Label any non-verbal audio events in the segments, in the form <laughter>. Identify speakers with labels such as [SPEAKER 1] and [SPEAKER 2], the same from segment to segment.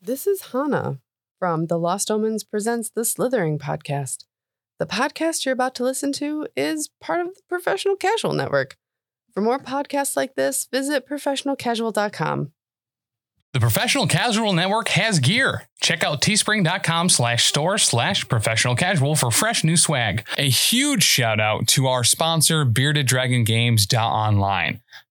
[SPEAKER 1] This is Hannah from the Lost Omens Presents the Slithering Podcast. The podcast you're about to listen to is part of the Professional Casual Network. For more podcasts like this, visit professionalcasual.com.
[SPEAKER 2] The Professional Casual Network has gear. Check out teespring.com slash store slash professional casual for fresh new swag. A huge shout out to our sponsor, Bearded Dragon Games Online.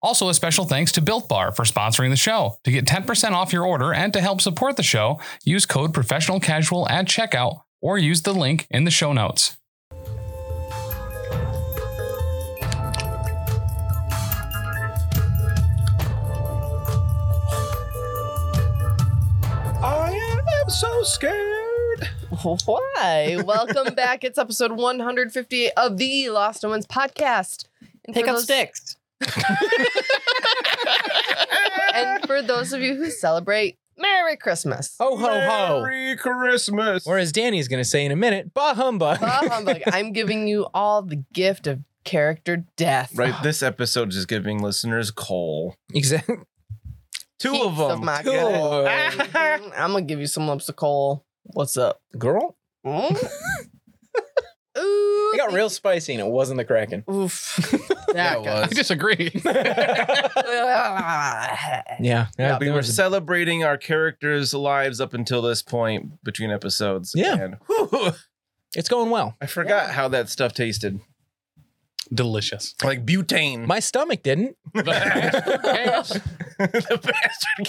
[SPEAKER 2] Also, a special thanks to Built Bar for sponsoring the show. To get 10% off your order and to help support the show, use code professional casual at checkout or use the link in the show notes.
[SPEAKER 3] I am so scared.
[SPEAKER 1] <laughs> Why? Welcome back. It's episode 158 of the Lost Omens Podcast. And
[SPEAKER 4] Pick
[SPEAKER 1] for
[SPEAKER 4] up
[SPEAKER 1] those-
[SPEAKER 4] sticks.
[SPEAKER 1] <laughs> And for those of you who celebrate, Merry Christmas.
[SPEAKER 4] Oh, Ho ho ho.
[SPEAKER 3] Merry Christmas.
[SPEAKER 4] Or as Danny's gonna say in a minute, bah humbug.
[SPEAKER 1] Bah humbug. I'm giving you all the gift of character death.
[SPEAKER 3] right, this episode is giving listeners coal.
[SPEAKER 4] <laughs> exactly.
[SPEAKER 3] Two
[SPEAKER 1] Heaps
[SPEAKER 3] of them.
[SPEAKER 1] my
[SPEAKER 4] Two
[SPEAKER 1] good.
[SPEAKER 4] of
[SPEAKER 1] <laughs> Mhm. I'm gonna give you some lumps of coal. What's up?
[SPEAKER 4] <laughs> Girl,
[SPEAKER 1] <laughs> Mm? Ooh,
[SPEAKER 4] it got real spicy and it wasn't the Kraken.
[SPEAKER 1] Oof. <laughs>
[SPEAKER 3] Yeah,
[SPEAKER 1] That
[SPEAKER 3] it
[SPEAKER 1] got-
[SPEAKER 3] was. <laughs>
[SPEAKER 2] disagree.
[SPEAKER 4] yeah.
[SPEAKER 3] Yeah,
[SPEAKER 4] that'd be
[SPEAKER 3] we were
[SPEAKER 4] worse.
[SPEAKER 3] celebrating our characters' lives up until this point between episodes.
[SPEAKER 4] Yeah.
[SPEAKER 3] And whew,
[SPEAKER 4] it's going well.
[SPEAKER 3] I forgot
[SPEAKER 1] Yeah.
[SPEAKER 3] how that stuff tasted.
[SPEAKER 2] Delicious.
[SPEAKER 3] Like butane.
[SPEAKER 4] My stomach didn't.
[SPEAKER 3] <laughs> the bastard.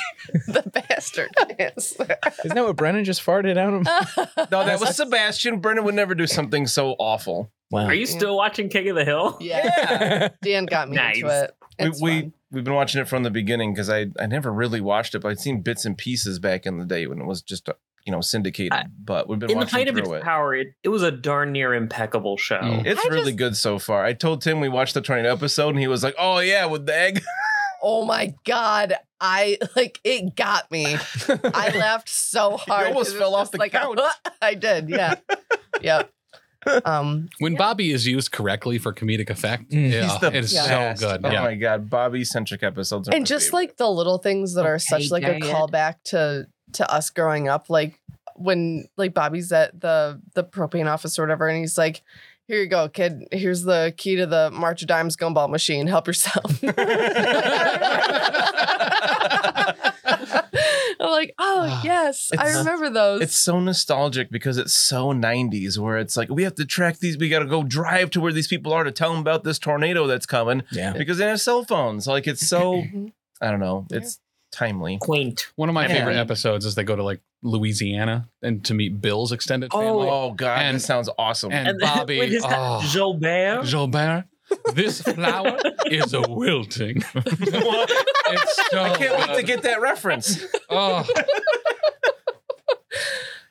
[SPEAKER 1] the bastard. Yes.
[SPEAKER 4] Isn't that what Brennan just farted out of?
[SPEAKER 3] No, that was Sebastian. Brennan would never do something so awful.
[SPEAKER 4] Wow.
[SPEAKER 5] Are you still watching King of the Hill?
[SPEAKER 1] yeah. Dan got me
[SPEAKER 5] Nice.
[SPEAKER 1] into it.
[SPEAKER 3] We,
[SPEAKER 1] It's
[SPEAKER 3] we
[SPEAKER 1] fun.
[SPEAKER 3] we've been watching it from the beginning because I I never really watched it, but I'd seen bits and pieces back in the day when it was just uh, you know syndicated.
[SPEAKER 5] I-
[SPEAKER 3] but we've been
[SPEAKER 5] In the
[SPEAKER 3] watching
[SPEAKER 5] height of its
[SPEAKER 3] through it.
[SPEAKER 5] power, it, it was a darn near impeccable show.
[SPEAKER 2] Mm.
[SPEAKER 3] It's
[SPEAKER 1] I
[SPEAKER 3] really
[SPEAKER 1] just-
[SPEAKER 3] good so far. I told Tim we watched the 20th episode and he was like, "Oh yeah, with the egg." <laughs>
[SPEAKER 1] Oh my god. I like it got me.
[SPEAKER 3] <laughs>
[SPEAKER 1] I laughed so hard. 'cause
[SPEAKER 3] almost
[SPEAKER 1] it's
[SPEAKER 3] fell off
[SPEAKER 1] just
[SPEAKER 3] the
[SPEAKER 1] like a-
[SPEAKER 3] couch.
[SPEAKER 1] <laughs> I did, yeah.
[SPEAKER 3] <laughs>
[SPEAKER 1] yep. Um
[SPEAKER 2] When Bobby is used correctly for comedic effect,
[SPEAKER 4] Mm.
[SPEAKER 2] yeah,
[SPEAKER 3] He's the
[SPEAKER 2] it is
[SPEAKER 3] best.
[SPEAKER 2] so good.
[SPEAKER 3] Oh
[SPEAKER 2] yeah.
[SPEAKER 3] my god, Bobby centric episodes. Are
[SPEAKER 1] and
[SPEAKER 3] my
[SPEAKER 1] just
[SPEAKER 3] favorite.
[SPEAKER 1] like the little things that are such
[SPEAKER 5] Okay,
[SPEAKER 1] like
[SPEAKER 5] Diane.
[SPEAKER 1] a callback to to us growing up like when like bobby's at the the propane office or whatever and he's like here you go kid here's the key to the march of dimes gumball machine help
[SPEAKER 3] <laughs>
[SPEAKER 1] yourself i'm like oh
[SPEAKER 2] Ah,
[SPEAKER 1] yes
[SPEAKER 3] it's-
[SPEAKER 1] i remember those
[SPEAKER 3] it's so nostalgic because it's so 90s where it's like we have to track these we got to go drive to where these people are to tell them about this tornado that's coming
[SPEAKER 4] <laughs> yeah.
[SPEAKER 3] because they have cell phones like it's
[SPEAKER 5] <laughs>
[SPEAKER 3] so
[SPEAKER 1] Mhm.
[SPEAKER 3] I don't know
[SPEAKER 1] Yeah.
[SPEAKER 3] it's timely
[SPEAKER 5] Quaint.
[SPEAKER 2] One of my
[SPEAKER 3] Yeah.
[SPEAKER 2] favorite episodes is they go to like Louisiana and to meet Bill's extended family.
[SPEAKER 3] Oh god,
[SPEAKER 2] And-
[SPEAKER 3] that sounds awesome.
[SPEAKER 2] and,
[SPEAKER 5] And <laughs>
[SPEAKER 2] Bobby,
[SPEAKER 5] with his
[SPEAKER 2] oh,
[SPEAKER 5] Gilbert.
[SPEAKER 2] Gilbert, this flower is a wilting. it's so
[SPEAKER 3] I can't wait to
[SPEAKER 2] good.
[SPEAKER 3] get that reference.
[SPEAKER 2] Oh,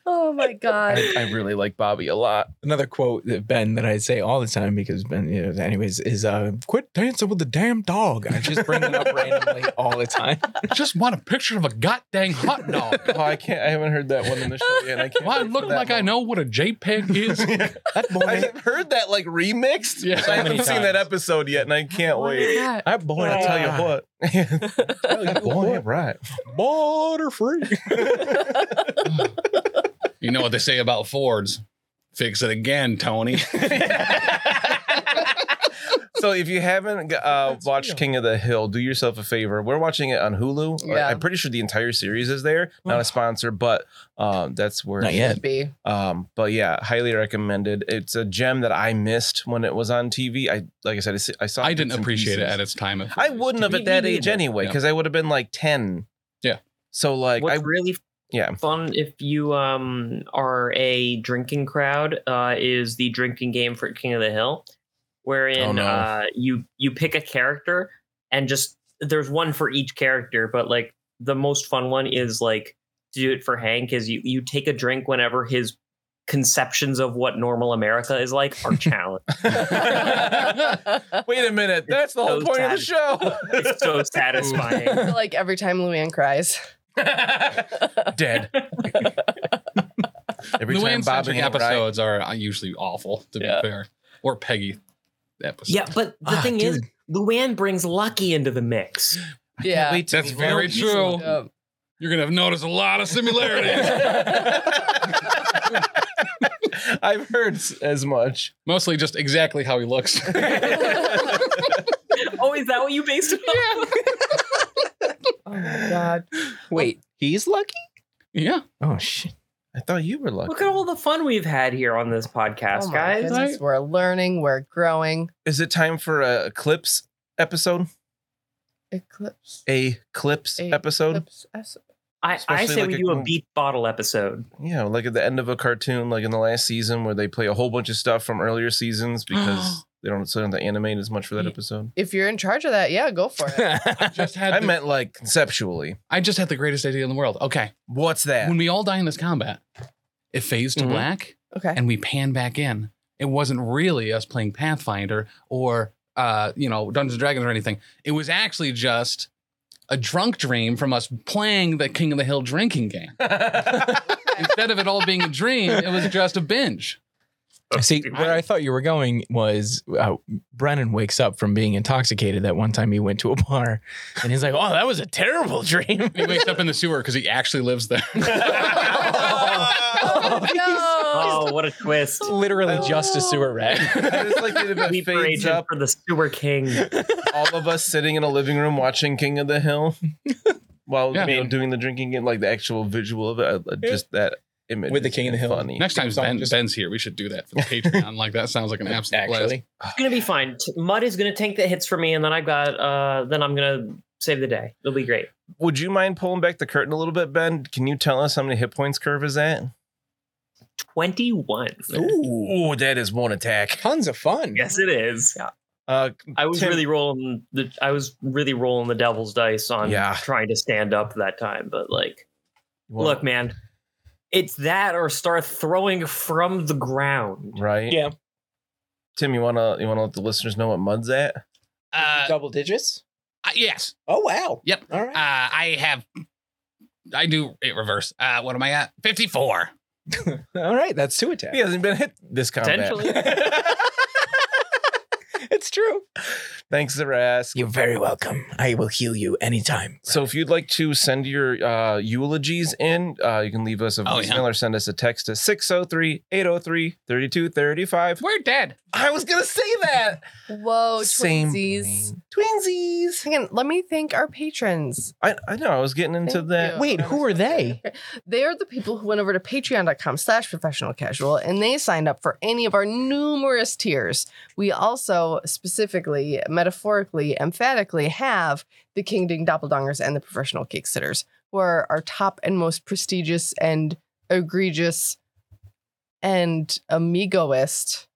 [SPEAKER 1] oh my god
[SPEAKER 3] <laughs> I, I really like Bobby a lot.
[SPEAKER 4] Another quote that Ben that I say all the time because Ben, you know, anyways, is uh, quit dancing with the damn dog. I just bring <laughs> it up randomly all the time.
[SPEAKER 2] just want a picture of a goddamn hot dog.
[SPEAKER 3] <laughs> Oh, I can't. I haven't heard that one in the show yet. I can't.
[SPEAKER 2] Why
[SPEAKER 3] wait
[SPEAKER 2] look
[SPEAKER 3] for that
[SPEAKER 2] like I
[SPEAKER 3] one.
[SPEAKER 2] know what a JPEG
[SPEAKER 3] <laughs>
[SPEAKER 2] is?
[SPEAKER 4] That boy,
[SPEAKER 3] I've heard that like remixed.
[SPEAKER 2] Yeah.
[SPEAKER 3] I haven't
[SPEAKER 4] So many
[SPEAKER 3] seen that
[SPEAKER 4] times.
[SPEAKER 3] episode yet, and I can't wait. Ah.
[SPEAKER 1] God.
[SPEAKER 4] that boy,
[SPEAKER 3] I tell you <laughs> what.
[SPEAKER 4] That
[SPEAKER 3] Boy,
[SPEAKER 4] boy,
[SPEAKER 3] right.
[SPEAKER 4] border free.
[SPEAKER 2] you know what they say about Fords. Fix it again, Tony.
[SPEAKER 3] So if you haven't uh,
[SPEAKER 2] That's
[SPEAKER 3] watched
[SPEAKER 2] real.
[SPEAKER 3] King of the Hill, do yourself a favor. We're watching it on Hulu.
[SPEAKER 1] Yeah.
[SPEAKER 3] I'm pretty sure the entire series is there. Not a sponsor, but um, that's where
[SPEAKER 4] Not yet.
[SPEAKER 1] be
[SPEAKER 3] Um, but yeah, highly recommended. It's a gem that I missed when it was on TV. I like I said, I, s- I saw.
[SPEAKER 2] I didn't
[SPEAKER 3] bits and
[SPEAKER 2] appreciate it
[SPEAKER 3] pieces.
[SPEAKER 2] at its time. If
[SPEAKER 3] I wouldn't have at
[SPEAKER 5] Me
[SPEAKER 3] that
[SPEAKER 5] neither.
[SPEAKER 3] age anyway,
[SPEAKER 2] Yeah.
[SPEAKER 3] because I would have been like ten.
[SPEAKER 2] Yeah.
[SPEAKER 3] So like
[SPEAKER 5] What's
[SPEAKER 3] I
[SPEAKER 5] really
[SPEAKER 3] yeah.
[SPEAKER 5] fun if you um, are a drinking crowd uh, is the drinking game for King of the Hill, wherein
[SPEAKER 3] Oh, no.
[SPEAKER 5] uh, you you pick a character and just there's one for each character, but like the most fun one is like to do it for Hank is you you take a drink whenever his conceptions of what normal America is like
[SPEAKER 3] <laughs>
[SPEAKER 5] are challenged. <laughs>
[SPEAKER 3] Wait a minute. That's the whole
[SPEAKER 5] so
[SPEAKER 3] point of the
[SPEAKER 5] <laughs>
[SPEAKER 3] show.
[SPEAKER 5] it's so
[SPEAKER 1] <laughs>
[SPEAKER 5] satisfying.
[SPEAKER 1] like every time Luann cries.
[SPEAKER 3] Dead. <laughs> Every time Bob and
[SPEAKER 2] Luann-centric
[SPEAKER 3] Aunt Ryan-
[SPEAKER 2] episodes are usually awful, to
[SPEAKER 1] Yeah.
[SPEAKER 2] be fair. Or Peggy episodes.
[SPEAKER 5] Yeah, but the
[SPEAKER 4] Ah,
[SPEAKER 5] thing is, Luann brings Lucky into
[SPEAKER 3] <laughs>
[SPEAKER 5] the mix.
[SPEAKER 1] Yeah.
[SPEAKER 3] Wait to
[SPEAKER 2] That's
[SPEAKER 3] be
[SPEAKER 2] very
[SPEAKER 3] Lucky.
[SPEAKER 2] true.
[SPEAKER 1] Yep.
[SPEAKER 2] You're going to notice a lot of similarities.
[SPEAKER 3] <laughs> I've heard s- as much.
[SPEAKER 2] <laughs>
[SPEAKER 3] <laughs>
[SPEAKER 2] Mostly just exactly how he looks.
[SPEAKER 5] Oh, is that what you based it on?
[SPEAKER 1] Oh my god. Wait.
[SPEAKER 4] He's lucky.
[SPEAKER 2] <laughs> yeah.
[SPEAKER 4] Oh shit.
[SPEAKER 3] I thought you were lucky.
[SPEAKER 5] Look at all the fun we've had here on this podcast,
[SPEAKER 1] oh my
[SPEAKER 5] guys.
[SPEAKER 1] goodness.
[SPEAKER 2] Right?
[SPEAKER 1] We're learning, we're growing.
[SPEAKER 3] Is it time for a Eclipse episode?
[SPEAKER 1] Eclipse.
[SPEAKER 3] A Clips
[SPEAKER 1] A
[SPEAKER 3] episode?
[SPEAKER 1] Eclipse. es-
[SPEAKER 5] I, I
[SPEAKER 3] Especially
[SPEAKER 5] say
[SPEAKER 3] like
[SPEAKER 5] we
[SPEAKER 3] a-
[SPEAKER 5] do a beat bottle episode.
[SPEAKER 3] Yeah, like at the end of a cartoon, like in the last season, where they play a whole bunch of stuff from earlier seasons because they don't so they don't animate as much for that
[SPEAKER 2] Yeah.
[SPEAKER 3] episode.
[SPEAKER 1] If you're in charge of that, yeah, go for
[SPEAKER 5] <laughs>
[SPEAKER 1] it.
[SPEAKER 2] Just had
[SPEAKER 3] I
[SPEAKER 2] the-
[SPEAKER 3] meant like conceptually.
[SPEAKER 2] I just had the greatest idea in the world. Okay.
[SPEAKER 3] What's that?
[SPEAKER 2] When we all die in this combat, it fades to
[SPEAKER 5] Mhm.
[SPEAKER 2] black
[SPEAKER 1] Okay. <laughs>
[SPEAKER 2] and we pan back in. It wasn't really us playing Pathfinder or uh, you know, Dungeons and Dragons or anything. It was actually just a drunk dream from us playing the King of the Hill drinking game. Instead of it all being a dream, it was just a binge.
[SPEAKER 4] See, where I thought you were going was uh, Brennan wakes up from being intoxicated that one time he went to a bar and he's like, oh, that was a terrible <laughs> dream.
[SPEAKER 2] He wakes up in the sewer because he actually lives
[SPEAKER 4] <laughs>
[SPEAKER 2] there.
[SPEAKER 5] <laughs> Oh, what a <laughs> twist.
[SPEAKER 4] Literally just a sewer rat.
[SPEAKER 3] <laughs> it's like it
[SPEAKER 4] <laughs>
[SPEAKER 3] about
[SPEAKER 5] Sleeper
[SPEAKER 3] fades
[SPEAKER 5] agent
[SPEAKER 3] up.
[SPEAKER 5] for the
[SPEAKER 3] <laughs>
[SPEAKER 5] sewer king.
[SPEAKER 3] All of us sitting in a living room watching King of the
[SPEAKER 4] <laughs>
[SPEAKER 3] Hill while
[SPEAKER 2] Yeah.
[SPEAKER 3] you know, doing the drinking game, like the actual visual of it, uh, just that image
[SPEAKER 4] With the
[SPEAKER 3] is
[SPEAKER 4] King of the Hill.
[SPEAKER 3] Funny.
[SPEAKER 2] Next time
[SPEAKER 4] Song
[SPEAKER 2] ben,
[SPEAKER 4] just-
[SPEAKER 2] Ben's here, we should do that for the Patreon. like that sounds like an absolute blast.
[SPEAKER 4] Actually,
[SPEAKER 5] It's gonna be fine. T- Mud is gonna tank the hits for me, and then I've got uh then I'm gonna save the day. It'll be great.
[SPEAKER 3] Would you mind pulling back the curtain a little bit, Ben? Can you tell us how many hit points curve is at?
[SPEAKER 5] Twenty-one.
[SPEAKER 4] ooh,
[SPEAKER 3] Oh, that is one attack.
[SPEAKER 4] tons of fun.
[SPEAKER 5] Yes, it is.
[SPEAKER 3] Uh,
[SPEAKER 5] I was
[SPEAKER 3] Tim-
[SPEAKER 5] really rolling the I was really rolling the devil's dice on
[SPEAKER 3] Yeah.
[SPEAKER 5] trying to stand up that time, but like
[SPEAKER 3] well,
[SPEAKER 5] look, man, it's that or start throwing from the ground.
[SPEAKER 3] right?
[SPEAKER 4] Yeah.
[SPEAKER 3] Tim, you wanna you wanna let the listeners know what mud's at?
[SPEAKER 2] Uh,
[SPEAKER 4] Double digits.
[SPEAKER 2] uh, yes.
[SPEAKER 4] Oh wow.
[SPEAKER 2] Yep.
[SPEAKER 4] All
[SPEAKER 2] Uh,
[SPEAKER 4] right.
[SPEAKER 2] I have. I do it reverse. Uh, what am I at? 54.
[SPEAKER 4] All right. That's two attacks.
[SPEAKER 3] He hasn't been hit this combat.
[SPEAKER 5] Potentially.
[SPEAKER 4] <laughs> It's true.
[SPEAKER 3] Thanks, Zarask.
[SPEAKER 4] You're very welcome. I will heal you anytime.
[SPEAKER 3] So if you'd like to send your uh, eulogies in, uh, you can leave us a
[SPEAKER 2] Oh,
[SPEAKER 3] voicemail
[SPEAKER 2] yeah.
[SPEAKER 3] or send us a text to 603-803-3235.
[SPEAKER 2] We're dead.
[SPEAKER 3] I was going to say
[SPEAKER 1] <laughs>
[SPEAKER 3] that.
[SPEAKER 1] Whoa, Oh, twinsies.
[SPEAKER 3] brain. Twinsies.
[SPEAKER 1] Second, let me thank our patrons.
[SPEAKER 3] I, I know. I was getting into
[SPEAKER 1] Thank
[SPEAKER 3] that.
[SPEAKER 1] you.
[SPEAKER 4] Wait, who are they?
[SPEAKER 1] They are the people who went over to patreon.com slash professional casual and they signed up for any of our numerous tiers. We also specifically, metaphorically, emphatically have the King Ding Doppeldongers and the professional kicksters, who are our top and most prestigious and egregious and amigoist.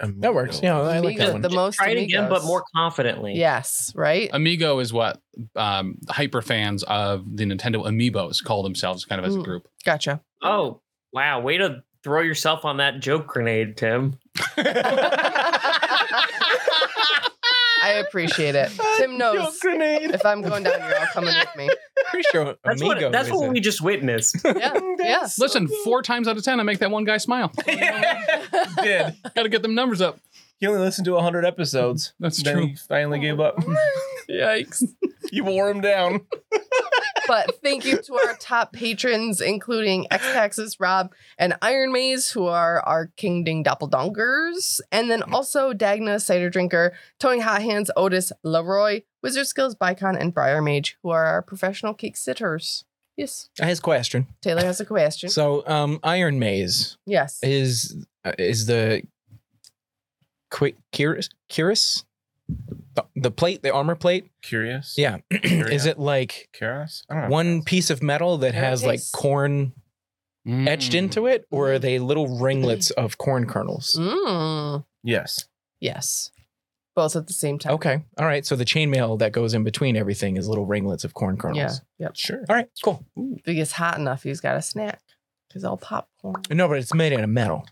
[SPEAKER 4] That works. Yeah, I like that
[SPEAKER 1] Amigo-
[SPEAKER 4] one.
[SPEAKER 1] the most
[SPEAKER 5] Try it again,
[SPEAKER 1] amigos.
[SPEAKER 5] but more confidently.
[SPEAKER 1] Yes, right?
[SPEAKER 2] Amigo is what um, hyper fans of the Nintendo Amiibos call themselves, kind of as a
[SPEAKER 1] Mm.
[SPEAKER 2] group. <laughs>
[SPEAKER 1] Gotcha.
[SPEAKER 5] Oh, wow. Way to throw yourself on that joke grenade, Tim.
[SPEAKER 1] I appreciate
[SPEAKER 4] <laughs>
[SPEAKER 1] it. Tim knows
[SPEAKER 4] grenade.
[SPEAKER 1] if I'm going down, you're all coming with
[SPEAKER 4] <laughs>
[SPEAKER 1] me.
[SPEAKER 4] Pretty sure
[SPEAKER 5] That's
[SPEAKER 4] Amigo.
[SPEAKER 5] what that's
[SPEAKER 4] is
[SPEAKER 5] what
[SPEAKER 4] a-
[SPEAKER 5] we just witnessed.
[SPEAKER 4] <laughs>
[SPEAKER 1] Yeah. Yeah.
[SPEAKER 2] Listen, four times out of 10, I make that one guy smile. <laughs>
[SPEAKER 3] <laughs> did.
[SPEAKER 2] Got to get them numbers up.
[SPEAKER 3] He only listened to 100 episodes.
[SPEAKER 2] That's
[SPEAKER 3] then
[SPEAKER 2] true.
[SPEAKER 3] he finally gave up. <laughs>
[SPEAKER 4] <laughs>
[SPEAKER 2] Yikes.
[SPEAKER 3] you wore him down.
[SPEAKER 1] but thank you to our top patrons, including X Taxes, Rob, and Iron Maze, who are our King Ding Doppeldongers. And then also Dagna, Cider Drinker, Tony Hot Hands, Otis, Leroy, Wizard Skills, Bicon, and Briar Mage, who are our professional cake sitters. Yes.
[SPEAKER 4] I has a question.
[SPEAKER 1] Taylor has a question.
[SPEAKER 4] So, um, Iron Maze
[SPEAKER 1] yes.
[SPEAKER 4] is uh, is the quick Curis Curis the, the plate, the armor plate.
[SPEAKER 3] Curious?
[SPEAKER 4] Yeah, <clears throat> is it like
[SPEAKER 3] Curious? I don't know.
[SPEAKER 4] one piece of metal that
[SPEAKER 1] There
[SPEAKER 4] has
[SPEAKER 1] it
[SPEAKER 4] like
[SPEAKER 1] is.
[SPEAKER 4] corn
[SPEAKER 2] Hmm.
[SPEAKER 4] etched into it, or are they little ringlets of corn kernels?
[SPEAKER 1] Mm,
[SPEAKER 3] Yes.
[SPEAKER 1] yes. Both at the same time.
[SPEAKER 4] Okay, all right. So the chainmail that goes in between everything is little ringlets of corn kernels.
[SPEAKER 1] Yeah. Yep.
[SPEAKER 4] Sure. All right. Cool.
[SPEAKER 1] If he gets hot enough, he's got a snack. because all popcorn.
[SPEAKER 4] No, but it's made out of metal.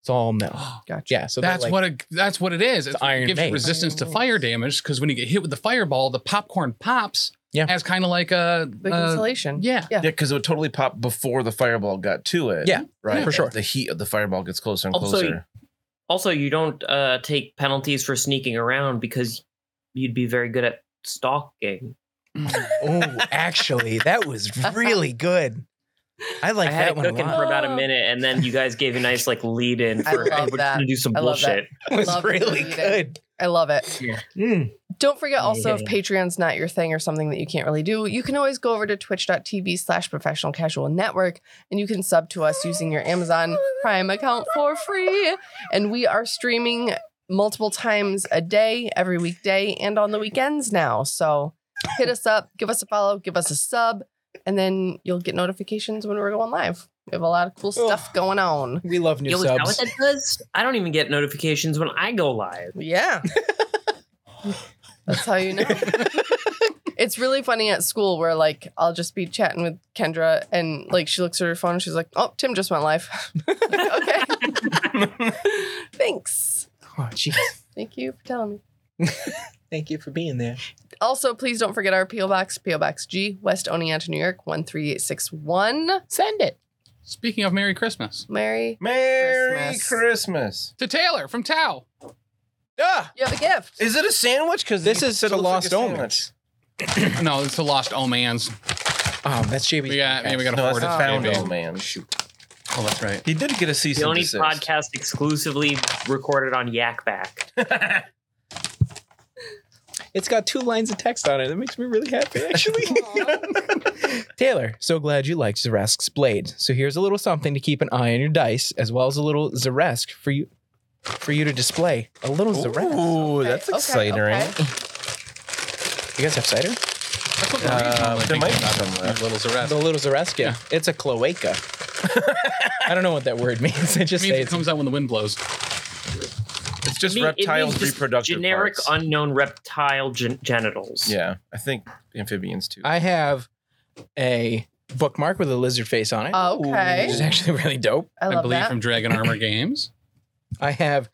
[SPEAKER 4] It's all metal.
[SPEAKER 2] Mm.
[SPEAKER 1] Gotcha.
[SPEAKER 4] Yeah, so they're
[SPEAKER 2] that's
[SPEAKER 4] like-
[SPEAKER 2] what it, that's what it is.
[SPEAKER 4] It's
[SPEAKER 2] It's iron
[SPEAKER 4] iron
[SPEAKER 2] it gives
[SPEAKER 4] based.
[SPEAKER 2] resistance to
[SPEAKER 1] Iron
[SPEAKER 2] fire damage because when you get hit with the fireball, the popcorn pops.
[SPEAKER 4] Yeah.
[SPEAKER 2] as kind of like a
[SPEAKER 1] Big
[SPEAKER 2] uh,
[SPEAKER 1] insulation.
[SPEAKER 2] yeah.
[SPEAKER 3] Yeah, because it would totally pop before the fireball got to it.
[SPEAKER 4] Yeah,
[SPEAKER 3] right.
[SPEAKER 4] for sure.
[SPEAKER 3] As The heat of the fireball gets closer and
[SPEAKER 5] Also,
[SPEAKER 3] closer.
[SPEAKER 5] Also, you don't uh, take penalties for sneaking around because you'd be very good at stalking.
[SPEAKER 4] <laughs> Oh, actually, that was really good. I like
[SPEAKER 5] I
[SPEAKER 4] that
[SPEAKER 5] had it
[SPEAKER 4] one a
[SPEAKER 5] cooking
[SPEAKER 4] lot.
[SPEAKER 5] for about a
[SPEAKER 1] Oh.
[SPEAKER 5] minute, and then you guys gave a nice like lead in
[SPEAKER 1] I
[SPEAKER 5] for
[SPEAKER 1] love
[SPEAKER 5] we're
[SPEAKER 1] that.
[SPEAKER 5] gonna do some
[SPEAKER 1] I love that.
[SPEAKER 5] bullshit.
[SPEAKER 4] It was
[SPEAKER 1] Love
[SPEAKER 4] really
[SPEAKER 1] eating.
[SPEAKER 4] good.
[SPEAKER 1] I love it.
[SPEAKER 4] Mm.
[SPEAKER 1] Don't forget also if
[SPEAKER 5] Yeah.
[SPEAKER 1] Patreon's not your thing or something that you can't really do, you can always go over to twitch.tv slash professional casual network and you can sub to us using your Amazon Prime account for free. And we are streaming multiple times a day, every weekday, and on the weekends now. So hit us up, give us a follow, give us a sub, and then you'll get notifications when we're going live. We have a lot of cool stuff going on.
[SPEAKER 4] We love new
[SPEAKER 5] Yo, is that what
[SPEAKER 4] subs.
[SPEAKER 5] that does? I don't even get notifications when I go live.
[SPEAKER 1] Yeah. <laughs> That's how you know. it's really funny at school where like I'll just be chatting with Kendra and like she looks at her phone and she's like, "Oh, Tim just went live." <laughs> okay.
[SPEAKER 2] <laughs>
[SPEAKER 1] Thanks.
[SPEAKER 4] Oh, jeez.
[SPEAKER 1] Thank you for telling me.
[SPEAKER 4] Thank you for being there.
[SPEAKER 1] Also, please don't forget our PO box, PO box G, West Oneonta, New York, 13861.
[SPEAKER 4] Send it.
[SPEAKER 2] Speaking of Merry Christmas
[SPEAKER 1] Mary,
[SPEAKER 3] Merry
[SPEAKER 1] Christmas.
[SPEAKER 3] Christmas.
[SPEAKER 2] to Taylor from Tao.
[SPEAKER 4] Ah,
[SPEAKER 1] you have a gift.
[SPEAKER 2] <laughs>
[SPEAKER 3] Is it a sandwich? Because
[SPEAKER 4] this is to Lost Omens.
[SPEAKER 2] no, it's the lost old man's.
[SPEAKER 4] Oh, that's JB.
[SPEAKER 2] We got yeah, we got
[SPEAKER 3] No,
[SPEAKER 2] to
[SPEAKER 3] it's
[SPEAKER 2] afford it.
[SPEAKER 3] a found
[SPEAKER 2] baby.
[SPEAKER 3] old man.
[SPEAKER 2] Oh, that's right.
[SPEAKER 3] He did get a cease
[SPEAKER 5] The
[SPEAKER 3] and
[SPEAKER 5] only
[SPEAKER 3] desist.
[SPEAKER 5] podcast exclusively recorded on Yakback.
[SPEAKER 3] <laughs>
[SPEAKER 4] It's got two lines of text on it. That makes me really happy, actually. <laughs>
[SPEAKER 2] Oh,
[SPEAKER 4] Taylor, so glad you liked Zaresk's blade. So here's a little something to keep an eye on your dice, as well as a little Zaresk for you for you to display. A little Zaresk.
[SPEAKER 3] Ooh, that's
[SPEAKER 1] Okay,
[SPEAKER 3] exciting.
[SPEAKER 1] okay.
[SPEAKER 4] You guys have cider?
[SPEAKER 2] That's what
[SPEAKER 3] Uh,
[SPEAKER 2] Marie's
[SPEAKER 3] there
[SPEAKER 2] normally
[SPEAKER 3] might be
[SPEAKER 2] thinking
[SPEAKER 3] some
[SPEAKER 2] about.
[SPEAKER 3] left.
[SPEAKER 2] Little Zareth.
[SPEAKER 4] The little Zaresk. Yeah. It's
[SPEAKER 2] <laughs>
[SPEAKER 4] a cloaca. I don't know what that word means. I just
[SPEAKER 2] means
[SPEAKER 4] say
[SPEAKER 2] it
[SPEAKER 4] it's
[SPEAKER 2] comes out when the wind blows.
[SPEAKER 3] It's just
[SPEAKER 5] I mean, it
[SPEAKER 3] reptiles'
[SPEAKER 5] means just
[SPEAKER 3] reproductive
[SPEAKER 5] generic
[SPEAKER 3] parts.
[SPEAKER 5] unknown reptile gen- genitals.
[SPEAKER 3] yeah, I think amphibians too.
[SPEAKER 4] I have a bookmark with a lizard face on it,
[SPEAKER 1] Okay.
[SPEAKER 4] which is actually <laughs> really dope.
[SPEAKER 1] I
[SPEAKER 2] I,
[SPEAKER 1] love
[SPEAKER 2] believe
[SPEAKER 1] that.
[SPEAKER 2] from Dragon
[SPEAKER 4] <laughs>
[SPEAKER 2] Armor Games.
[SPEAKER 4] I have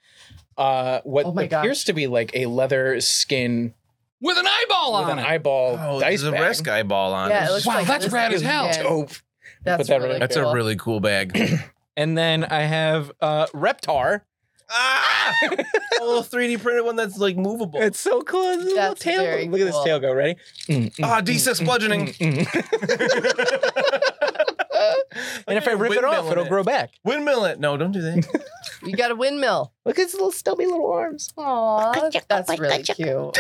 [SPEAKER 4] uh, what
[SPEAKER 1] Oh my
[SPEAKER 4] appears to be like a leather skin
[SPEAKER 2] With an eyeball
[SPEAKER 4] with
[SPEAKER 2] on
[SPEAKER 4] an
[SPEAKER 2] it.
[SPEAKER 4] eyeball
[SPEAKER 3] oh,
[SPEAKER 4] dice
[SPEAKER 3] there's a
[SPEAKER 4] bag.
[SPEAKER 3] risk eyeball on
[SPEAKER 1] yeah,
[SPEAKER 3] it.
[SPEAKER 1] it looks
[SPEAKER 2] Wow,
[SPEAKER 1] like
[SPEAKER 2] that's
[SPEAKER 1] this
[SPEAKER 2] rad as
[SPEAKER 1] is-
[SPEAKER 2] hell.
[SPEAKER 1] yeah,
[SPEAKER 4] Dope.
[SPEAKER 1] That's
[SPEAKER 4] Put that
[SPEAKER 1] really
[SPEAKER 4] right-
[SPEAKER 3] That's
[SPEAKER 1] cool.
[SPEAKER 3] a really cool bag.
[SPEAKER 4] And then I have uh, Reptar.
[SPEAKER 3] ah! <laughs> a little 3D printed one that's like movable.
[SPEAKER 4] It's so cool. It's a little
[SPEAKER 1] That's
[SPEAKER 4] tail.
[SPEAKER 1] very
[SPEAKER 4] Look at this
[SPEAKER 1] cool.
[SPEAKER 4] tail go. Ready? Mm, mm,
[SPEAKER 3] ah,
[SPEAKER 4] mm,
[SPEAKER 3] D6
[SPEAKER 4] mm,
[SPEAKER 3] bludgeoning.
[SPEAKER 4] mm, mm.
[SPEAKER 3] <laughs>
[SPEAKER 4] and if I rip it off, it'll grow back.
[SPEAKER 3] Windmill it. No, don't do
[SPEAKER 4] <laughs>
[SPEAKER 3] that.
[SPEAKER 1] You got a windmill.
[SPEAKER 4] Look at its little stubby little arms.
[SPEAKER 1] Aw, that's really
[SPEAKER 4] <laughs>
[SPEAKER 1] cute.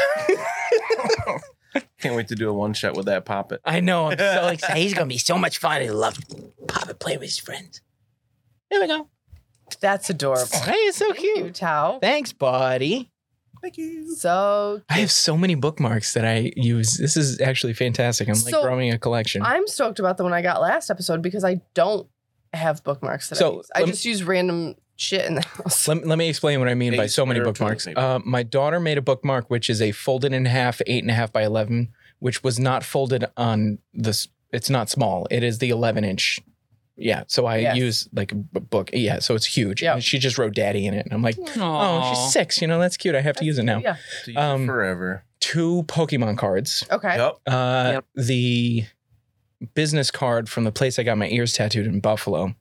[SPEAKER 3] Can't wait to do a one shot with that poppet.
[SPEAKER 4] I know. I'm <laughs> so excited. He's gonna be so much fun. He'll love pop and play with his friends. There we go.
[SPEAKER 1] That's adorable.
[SPEAKER 4] Hey, it's so
[SPEAKER 1] Thank you,
[SPEAKER 4] cute.
[SPEAKER 1] Tao.
[SPEAKER 4] Thanks, buddy.
[SPEAKER 3] Thank you.
[SPEAKER 1] So
[SPEAKER 4] I have so many bookmarks that I use. This is actually fantastic. I'm like
[SPEAKER 1] So,
[SPEAKER 4] growing a collection.
[SPEAKER 1] I'm stoked about the one I got last episode because I don't have bookmarks that I
[SPEAKER 4] So,
[SPEAKER 1] use. I
[SPEAKER 4] lem-
[SPEAKER 1] just use random shit in the house.
[SPEAKER 4] let, let me explain what I mean
[SPEAKER 3] Yeah,
[SPEAKER 4] by
[SPEAKER 3] you
[SPEAKER 4] so many
[SPEAKER 3] square it to the
[SPEAKER 4] bookmarks.
[SPEAKER 3] table.
[SPEAKER 4] Uh, my daughter made a bookmark, which is a folded in half, eight and a half by 11, which was not folded on this. It's not small. It is the 11 inch. Yeah. So I
[SPEAKER 1] Yes.
[SPEAKER 4] use like a b- book. Yeah. So it's huge.
[SPEAKER 1] Yeah.
[SPEAKER 4] And she just wrote daddy in it. And I'm like, oh,
[SPEAKER 2] Aw.
[SPEAKER 4] she's six. You know, that's cute. I have to use it now.
[SPEAKER 1] Yeah.
[SPEAKER 3] To you
[SPEAKER 4] Um,
[SPEAKER 3] forever.
[SPEAKER 4] Two Pokemon cards.
[SPEAKER 1] Okay.
[SPEAKER 3] Yep.
[SPEAKER 4] Uh,
[SPEAKER 5] Yep.
[SPEAKER 4] The business card from the place I got my ears tattooed in Buffalo.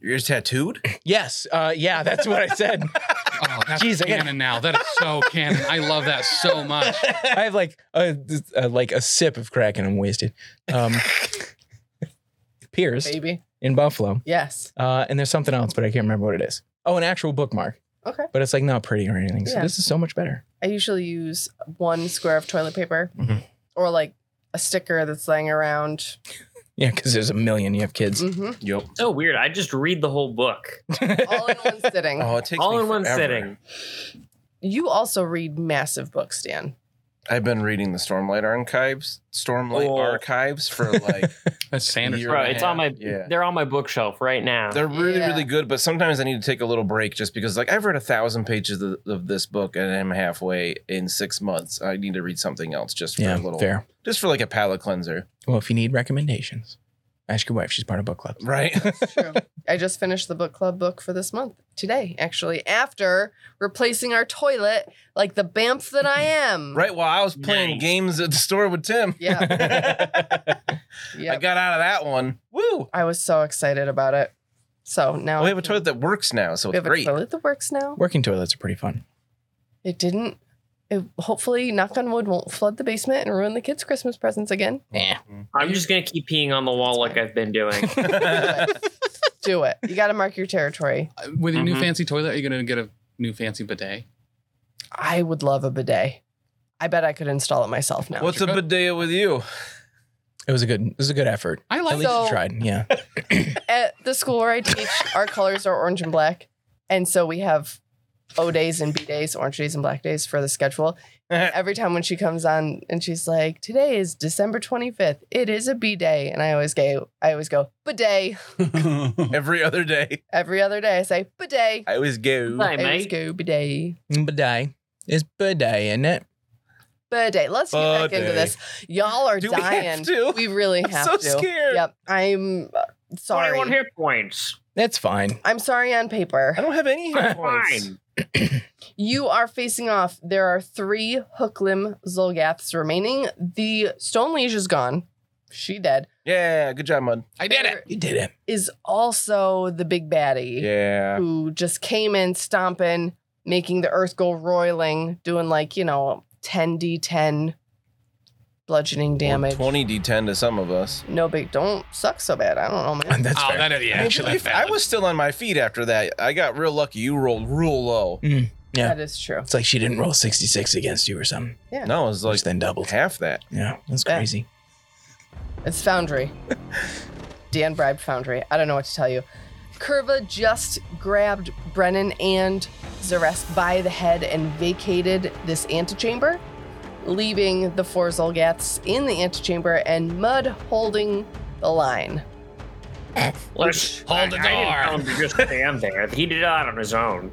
[SPEAKER 3] Your ears
[SPEAKER 4] <laughs>
[SPEAKER 3] tattooed?
[SPEAKER 4] Yes. Uh, yeah. <laughs> That's what I said.
[SPEAKER 2] Oh, that's
[SPEAKER 4] Jeez, I gotta-
[SPEAKER 2] canon now. That is so canon. I love that so much.
[SPEAKER 4] I have like a, a like a sip of crack and I'm wasted.
[SPEAKER 1] <laughs>
[SPEAKER 4] Um, pierced
[SPEAKER 1] Baby.
[SPEAKER 4] in Buffalo,
[SPEAKER 1] Yes.
[SPEAKER 4] uh, and there's something else, but I can't remember what it is. Oh, an actual bookmark,
[SPEAKER 1] Okay.
[SPEAKER 4] but it's like not pretty or anything. So
[SPEAKER 1] Yeah.
[SPEAKER 4] this is so much better.
[SPEAKER 1] I usually use one square of toilet paper
[SPEAKER 4] Mhm.
[SPEAKER 1] or like a sticker that's laying around.
[SPEAKER 4] Yeah, because there's a million. You have kids.
[SPEAKER 1] hmm
[SPEAKER 3] Yep.
[SPEAKER 5] So weird. I just read the whole book
[SPEAKER 1] All in
[SPEAKER 4] <laughs>
[SPEAKER 1] one sitting.
[SPEAKER 4] Uh-huh.
[SPEAKER 3] Oh, it takes
[SPEAKER 5] all
[SPEAKER 3] me
[SPEAKER 5] in one
[SPEAKER 3] forever.
[SPEAKER 5] sitting.
[SPEAKER 1] You also read massive books, Dan.
[SPEAKER 3] I've been reading the Stormlight archives, Stormlight
[SPEAKER 5] Oh.
[SPEAKER 3] archives for
[SPEAKER 4] <laughs>
[SPEAKER 3] like
[SPEAKER 2] That's Sanders.
[SPEAKER 3] You're
[SPEAKER 5] Bro,
[SPEAKER 3] right.
[SPEAKER 5] it's on my
[SPEAKER 3] Yeah.
[SPEAKER 5] they're on my bookshelf right now.
[SPEAKER 3] they're really
[SPEAKER 1] Yeah.
[SPEAKER 3] really good, but sometimes I need to take a little break just because like I've read a thousand pages of, of this book and I'm halfway in six months. I need to read something else just for a
[SPEAKER 4] Yeah,
[SPEAKER 3] little,
[SPEAKER 4] fair.
[SPEAKER 3] just for like a palate cleanser.
[SPEAKER 4] Well, if you need recommendations, Ask your wife. She's part of book club.
[SPEAKER 3] Right. <laughs>
[SPEAKER 1] True. I just finished the book club book for this month today, actually, after replacing our toilet like the BAMF that
[SPEAKER 3] <laughs>
[SPEAKER 1] I am.
[SPEAKER 3] Right while I was playing
[SPEAKER 5] Nice.
[SPEAKER 3] games at the store with Tim.
[SPEAKER 1] Yeah. Yeah.
[SPEAKER 3] <laughs> I got out of that one. Woo!
[SPEAKER 1] I was so excited about it. So now
[SPEAKER 3] Oh, we have a toilet that works now, so
[SPEAKER 1] we
[SPEAKER 3] it's
[SPEAKER 1] have
[SPEAKER 3] great.
[SPEAKER 1] a toilet that works now.
[SPEAKER 4] Working toilets are pretty fun.
[SPEAKER 1] It didn't. It hopefully, knock on wood, won't flood the basement and ruin the kids' Christmas presents
[SPEAKER 3] <laughs>
[SPEAKER 1] again.
[SPEAKER 4] Yeah.
[SPEAKER 5] I'm just gonna keep peeing on the wall like I've
[SPEAKER 3] <laughs>
[SPEAKER 5] been doing.
[SPEAKER 1] Do it. You got to mark your territory.
[SPEAKER 2] Uh, With your
[SPEAKER 4] Mm-hmm.
[SPEAKER 2] new
[SPEAKER 5] Mhm.
[SPEAKER 2] fancy toilet, are you going to get a new fancy bidet?
[SPEAKER 1] I would love a bidet. I bet I could install it myself now.
[SPEAKER 3] What's a bidet with you? <laughs>
[SPEAKER 4] It was a good. It was a good effort.
[SPEAKER 2] I
[SPEAKER 4] At
[SPEAKER 2] like
[SPEAKER 4] least you
[SPEAKER 1] So-
[SPEAKER 4] tried. Yeah.
[SPEAKER 1] At the school where I teach, <laughs> our colors are orange and black, and so we have O days and B days, orange days and black days for the schedule. every time when she comes on and she's like, "Today is December 25th. It is a B day," and I always go, I always go bidet.
[SPEAKER 3] <laughs> Every other day,
[SPEAKER 1] Every other day, I say bidet.
[SPEAKER 3] I always go.
[SPEAKER 1] I
[SPEAKER 5] Hi,
[SPEAKER 1] always
[SPEAKER 5] mate.
[SPEAKER 1] go bidet.
[SPEAKER 4] Bidet. It's bidet, isn't it?
[SPEAKER 1] Bidet. Let's get back into
[SPEAKER 3] Bidet.
[SPEAKER 1] this. Y'all are
[SPEAKER 3] Do we have
[SPEAKER 1] dying.
[SPEAKER 3] to?
[SPEAKER 1] We really
[SPEAKER 3] I'm
[SPEAKER 1] have
[SPEAKER 3] so
[SPEAKER 1] to.
[SPEAKER 3] scared.
[SPEAKER 1] Yep. I'm uh, sorry.
[SPEAKER 5] 21 hit points.
[SPEAKER 4] That's fine.
[SPEAKER 1] I'm sorry on paper.
[SPEAKER 3] I don't have any hit points.
[SPEAKER 5] Fine.
[SPEAKER 1] You are facing off. There are three Hooklim Zolgaths remaining. The Stone Liege is gone. She dead.
[SPEAKER 3] Yeah, good job, Mud.
[SPEAKER 2] I did it.
[SPEAKER 4] You did it.
[SPEAKER 1] Is also the big baddie.
[SPEAKER 3] Yeah.
[SPEAKER 1] who just came in stomping, making the earth go roiling, doing like, you know, 10d10 bludgeoning damage.
[SPEAKER 3] 20 d10 to some of us.
[SPEAKER 1] No big, don't suck so bad. I don't know, man.
[SPEAKER 4] That's
[SPEAKER 2] oh,
[SPEAKER 4] fair.
[SPEAKER 2] that, yeah,
[SPEAKER 3] I mean,
[SPEAKER 2] actually,
[SPEAKER 3] if I
[SPEAKER 2] valid.
[SPEAKER 3] was still on my feet after that. I got real lucky. You rolled real low.
[SPEAKER 4] yeah.
[SPEAKER 1] That is true.
[SPEAKER 4] it's like she didn't roll 66 against you or something.
[SPEAKER 3] No, it was like
[SPEAKER 4] Which then doubled.
[SPEAKER 3] half that.
[SPEAKER 4] Yeah. That's
[SPEAKER 1] Yeah.
[SPEAKER 4] crazy.
[SPEAKER 1] It's
[SPEAKER 3] <laughs>
[SPEAKER 1] Foundry. Dan bribed Foundry. I don't know what to tell you. Curva just grabbed Brennan and Zaresk by the head and vacated this antechamber, leaving the four Zolgaths in the antechamber and Mud holding the line.
[SPEAKER 5] Let's
[SPEAKER 2] Hold the door.
[SPEAKER 5] I- I didn't tell him to just stand there. He did that on
[SPEAKER 3] <laughs>
[SPEAKER 5] his own.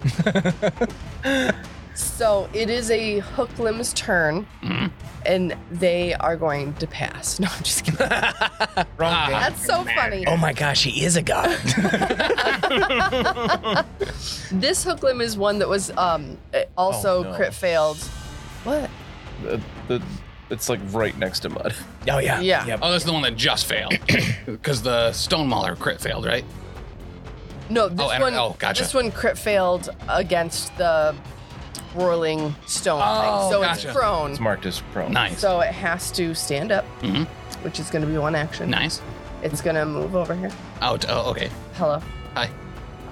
[SPEAKER 1] So it is a hook limb's turn,
[SPEAKER 3] Mm-hmm.
[SPEAKER 2] Mhm.
[SPEAKER 1] and they are going to pass. <laughs> No, I'm just kidding.
[SPEAKER 2] Ah,
[SPEAKER 1] That's so funny.
[SPEAKER 4] Oh my gosh, he is a god.
[SPEAKER 1] This hook limb is one that was um it also
[SPEAKER 3] Oh, no.
[SPEAKER 1] crit failed. What?
[SPEAKER 3] The- the- it's like right next to <laughs> Mud.
[SPEAKER 4] oh yeah.
[SPEAKER 1] Yeah.
[SPEAKER 4] Yep.
[SPEAKER 2] oh, that's the one that just
[SPEAKER 3] <clears throat>
[SPEAKER 2] failed because the stone mauler crit failed, right?
[SPEAKER 1] No, this
[SPEAKER 2] Oh,
[SPEAKER 1] one.
[SPEAKER 2] and- oh, gotcha.
[SPEAKER 1] This one crit failed against the whirling stone
[SPEAKER 2] Oh,
[SPEAKER 1] thing, so
[SPEAKER 2] gotcha.
[SPEAKER 1] it's prone.
[SPEAKER 3] It's marked as prone.
[SPEAKER 2] Nice,
[SPEAKER 1] So it has to stand up,
[SPEAKER 2] Mhm.
[SPEAKER 1] which is going to be one action.
[SPEAKER 2] nice.
[SPEAKER 1] It's going to move over here.
[SPEAKER 2] Oh, t- oh, okay,
[SPEAKER 1] Hello.
[SPEAKER 2] Hi.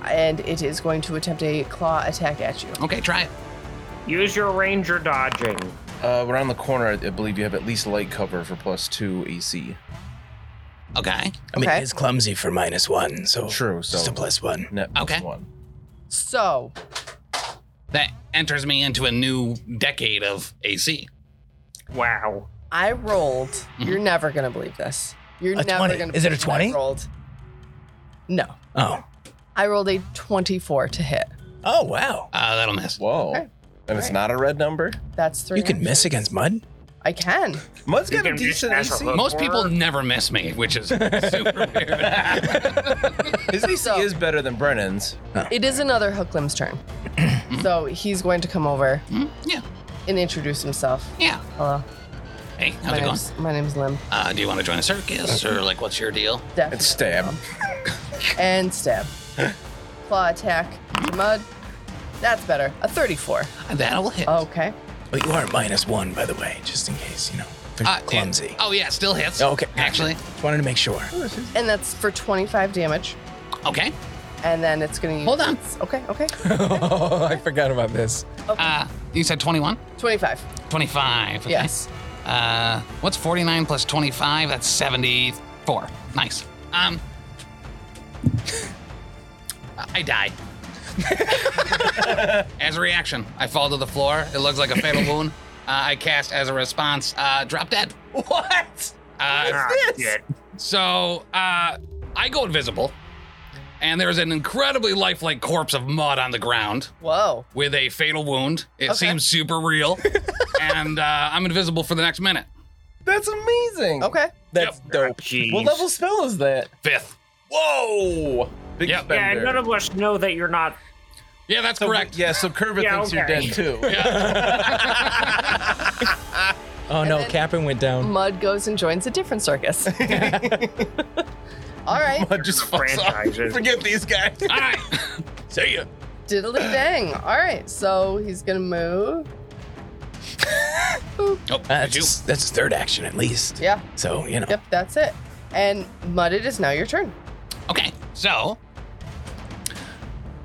[SPEAKER 1] And it is going to attempt a claw attack at you.
[SPEAKER 2] okay, try it.
[SPEAKER 5] Use your ranger dodging.
[SPEAKER 3] Uh, around the corner, I believe you have at least light cover for plus two AC.
[SPEAKER 2] Okay,
[SPEAKER 4] I mean,
[SPEAKER 1] Okay.
[SPEAKER 4] it's clumsy for minus one, so
[SPEAKER 3] True. So
[SPEAKER 4] just a plus one.
[SPEAKER 3] net plus
[SPEAKER 2] Okay.
[SPEAKER 3] one.
[SPEAKER 1] So
[SPEAKER 2] that enters me into a new decade of AC.
[SPEAKER 5] Wow.
[SPEAKER 1] I rolled.
[SPEAKER 2] Mm-hmm.
[SPEAKER 1] You're never gonna believe this. You're
[SPEAKER 4] A
[SPEAKER 1] never
[SPEAKER 4] 20.
[SPEAKER 1] gonna.
[SPEAKER 4] Is it a
[SPEAKER 1] believe what
[SPEAKER 4] 20?
[SPEAKER 1] I rolled. No,
[SPEAKER 4] Oh.
[SPEAKER 1] I rolled a 24 to hit.
[SPEAKER 4] Oh wow.
[SPEAKER 2] Uh, that'll miss.
[SPEAKER 3] Whoa.
[SPEAKER 1] Okay.
[SPEAKER 3] And it's
[SPEAKER 1] Alright.
[SPEAKER 3] not a red number.
[SPEAKER 1] That's three.
[SPEAKER 4] You could miss against mud.
[SPEAKER 1] I can.
[SPEAKER 3] Mud's
[SPEAKER 5] You
[SPEAKER 3] got a
[SPEAKER 5] can just
[SPEAKER 3] decent
[SPEAKER 5] ask
[SPEAKER 3] AC.
[SPEAKER 5] her.
[SPEAKER 2] Most people never miss me, which
[SPEAKER 3] <laughs>
[SPEAKER 2] is super weird.
[SPEAKER 3] His <laughs> AC
[SPEAKER 1] So-
[SPEAKER 3] is better than Brennan's.
[SPEAKER 1] It is another Hooklim's
[SPEAKER 2] <clears throat>
[SPEAKER 1] turn, so he's going to come over
[SPEAKER 2] Mm, yeah,
[SPEAKER 1] and introduce himself.
[SPEAKER 2] yeah.
[SPEAKER 1] Hello,
[SPEAKER 2] Hey, how's
[SPEAKER 1] my
[SPEAKER 2] it going?
[SPEAKER 1] name's, my name's Lim.
[SPEAKER 2] Uh, do you want to join a circus or like, what's your deal?
[SPEAKER 1] Definitely
[SPEAKER 3] It's stab.
[SPEAKER 1] Lim. and stab. Claw attack. to Mud. That's better. A 34.
[SPEAKER 2] That'll hit.
[SPEAKER 1] Okay.
[SPEAKER 4] But you are minus one, by the way, just in case you know. They're
[SPEAKER 2] Uh,
[SPEAKER 4] clumsy.
[SPEAKER 2] it- oh yeah, it still hits.
[SPEAKER 4] Oh, okay. gotcha.
[SPEAKER 2] actually,
[SPEAKER 4] Just wanted to make sure.
[SPEAKER 1] And that's for 25 damage.
[SPEAKER 2] okay.
[SPEAKER 1] And then it's going to use.
[SPEAKER 2] Hold on.
[SPEAKER 1] its- Okay,
[SPEAKER 2] <laughs>
[SPEAKER 1] okay.
[SPEAKER 4] oh, I forgot about this.
[SPEAKER 2] Uh, you said 21?
[SPEAKER 1] 25.
[SPEAKER 2] 25. okay.
[SPEAKER 1] Yes.
[SPEAKER 2] Uh, what's 49 plus 25? That's 74. Nice. Um, I <laughs> die. as a reaction, I fall to the floor. It looks like a fatal wound. Uh, I cast as a response, uh, drop dead.
[SPEAKER 3] <laughs> What?
[SPEAKER 2] Uh,
[SPEAKER 5] Ah,
[SPEAKER 3] this?
[SPEAKER 5] shit.
[SPEAKER 2] so uh, I go invisible, and there's an incredibly lifelike corpse of mud on the ground
[SPEAKER 1] Whoa.
[SPEAKER 2] with a fatal wound. It
[SPEAKER 1] Okay.
[SPEAKER 2] seems super real, and uh, I'm invisible for the next minute.
[SPEAKER 3] That's amazing.
[SPEAKER 1] Okay.
[SPEAKER 4] That's dope.
[SPEAKER 5] Jeez.
[SPEAKER 4] What level spell is that?
[SPEAKER 2] Fifth.
[SPEAKER 3] Whoa! Big
[SPEAKER 2] Yep.
[SPEAKER 5] Yeah,
[SPEAKER 3] spender.
[SPEAKER 5] none of us know that you're
[SPEAKER 3] <laughs>
[SPEAKER 5] not.
[SPEAKER 2] Yeah, that's
[SPEAKER 3] so, <laughs>
[SPEAKER 2] correct.
[SPEAKER 3] Yeah, so Curva
[SPEAKER 5] Yeah,
[SPEAKER 3] thinks you're
[SPEAKER 5] okay.
[SPEAKER 3] dead <laughs> too.
[SPEAKER 4] Oh
[SPEAKER 1] And
[SPEAKER 4] no,
[SPEAKER 1] then-
[SPEAKER 4] Cap'n went down.
[SPEAKER 1] Mud goes and joins a different
[SPEAKER 2] <laughs>
[SPEAKER 1] circus. <laughs> All right.
[SPEAKER 3] Mud just fucks off.
[SPEAKER 5] Franchises.
[SPEAKER 3] Forget these guys.
[SPEAKER 2] All right.
[SPEAKER 3] See ya.
[SPEAKER 1] Diddly dang. All right. So he's going to move.
[SPEAKER 2] Oh, did you?
[SPEAKER 4] That's that's his third action at least.
[SPEAKER 1] Yeah.
[SPEAKER 4] So you know.
[SPEAKER 1] Yep. That's it. And Mud, it is now your turn.
[SPEAKER 2] Okay, so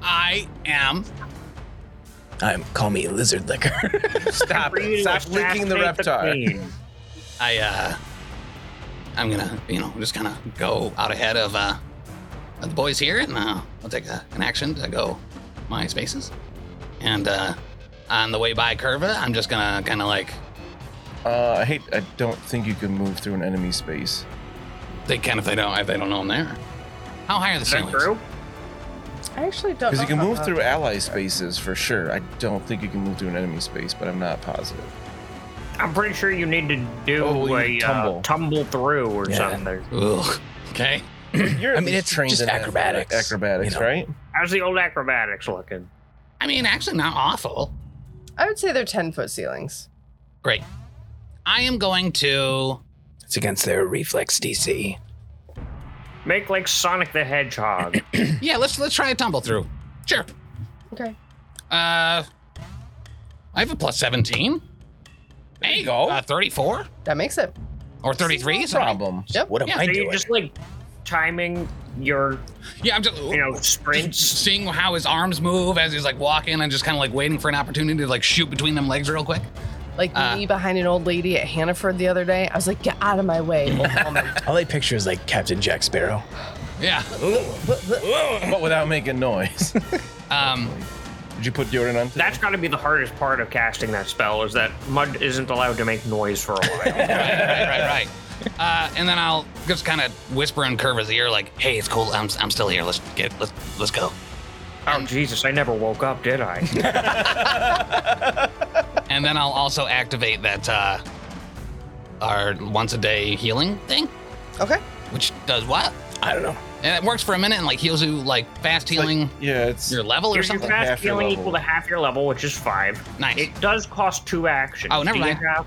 [SPEAKER 2] I am.
[SPEAKER 4] I'm um, call me lizard liquor.
[SPEAKER 3] <laughs> Stop it.
[SPEAKER 5] Really
[SPEAKER 3] Stop licking the
[SPEAKER 5] assassinate
[SPEAKER 3] reptar.
[SPEAKER 5] queen.
[SPEAKER 2] I uh, I'm gonna, you know, just kind of go out ahead of uh, of the boys here, and uh, I'll take a, an action to go my spaces, and uh, on the way by Curva, I'm just gonna kind of like
[SPEAKER 3] Uh, I hate. I don't think you can move through an enemy space.
[SPEAKER 2] they can if they don't if they don't know I'm there. How high are the
[SPEAKER 5] Is that
[SPEAKER 2] ceilings?
[SPEAKER 5] true?
[SPEAKER 1] I actually don't
[SPEAKER 3] Because you
[SPEAKER 1] know
[SPEAKER 3] can
[SPEAKER 1] how
[SPEAKER 3] move
[SPEAKER 1] that-
[SPEAKER 3] through ally spaces for sure. I don't think you can move through an enemy space, but I'm not positive.
[SPEAKER 5] I'm pretty sure you need to do
[SPEAKER 3] Oh, you
[SPEAKER 5] a tumble.
[SPEAKER 3] tumble.
[SPEAKER 5] Uh, tumble through or
[SPEAKER 4] Yeah.
[SPEAKER 5] something.
[SPEAKER 2] Ugh. Okay.
[SPEAKER 3] You're
[SPEAKER 4] I mean, it's just acrobatics,
[SPEAKER 3] Acrobatics,
[SPEAKER 4] you know.
[SPEAKER 3] right?
[SPEAKER 5] How's the old acrobatics looking?
[SPEAKER 2] I mean, actually, not awful.
[SPEAKER 1] I would say they're 10 foot ceilings.
[SPEAKER 2] Great. I am going to.
[SPEAKER 4] <laughs> It's against their reflex DC.
[SPEAKER 5] Make like Sonic the Hedgehog.
[SPEAKER 2] Yeah, let's let's try a tumble through. Sure.
[SPEAKER 1] Okay.
[SPEAKER 2] Uh, I have a plus 17. There
[SPEAKER 3] you go.
[SPEAKER 2] Uh, 34
[SPEAKER 1] That makes it.
[SPEAKER 2] or 33.
[SPEAKER 3] No
[SPEAKER 2] sorry.
[SPEAKER 3] problem.
[SPEAKER 4] What am
[SPEAKER 2] Yeah,
[SPEAKER 4] I
[SPEAKER 5] so
[SPEAKER 4] doing?
[SPEAKER 5] you just like timing your
[SPEAKER 2] Yeah, I'm just,
[SPEAKER 5] you know
[SPEAKER 2] just
[SPEAKER 5] sprints.
[SPEAKER 2] seeing how his arms move as he's like walking and just kind of like waiting for an opportunity to like shoot between them legs real quick.
[SPEAKER 1] Like
[SPEAKER 3] Ah.
[SPEAKER 2] Uh.
[SPEAKER 1] me behind an old lady at Hannaford the other day. I was like, get out of my
[SPEAKER 3] <laughs>
[SPEAKER 1] way, old woman.
[SPEAKER 4] All I picture is like Captain Jack Sparrow.
[SPEAKER 5] <laughs>
[SPEAKER 2] Yeah.
[SPEAKER 3] But without making noise.
[SPEAKER 2] Um,
[SPEAKER 3] Did you put deodorant on? today?
[SPEAKER 5] That's got to be the hardest part of casting that spell is that mud isn't allowed to make noise for a while.
[SPEAKER 2] right, right, right, right. Uh, and then I'll just kind of whisper in Curva's ear, like, "Hey, it's cool. I'm, I'm still here. Let's get let's let's go."
[SPEAKER 5] oh Jesus! I never woke up, did I?
[SPEAKER 2] And then I'll also activate that uh, our once a day healing thing,
[SPEAKER 1] okay.
[SPEAKER 2] which does what?
[SPEAKER 4] I don't know.
[SPEAKER 2] And it works for a minute and like heals you like fast
[SPEAKER 3] Like,
[SPEAKER 2] healing
[SPEAKER 3] yeah, it's.
[SPEAKER 2] your level or
[SPEAKER 5] Your, your
[SPEAKER 2] something.
[SPEAKER 5] fast
[SPEAKER 3] Half your
[SPEAKER 5] healing
[SPEAKER 3] level.
[SPEAKER 5] equal to half your level, which is five.
[SPEAKER 2] Nice.
[SPEAKER 5] It does cost two actions.
[SPEAKER 2] Oh, never
[SPEAKER 5] Do you
[SPEAKER 2] mind.
[SPEAKER 5] have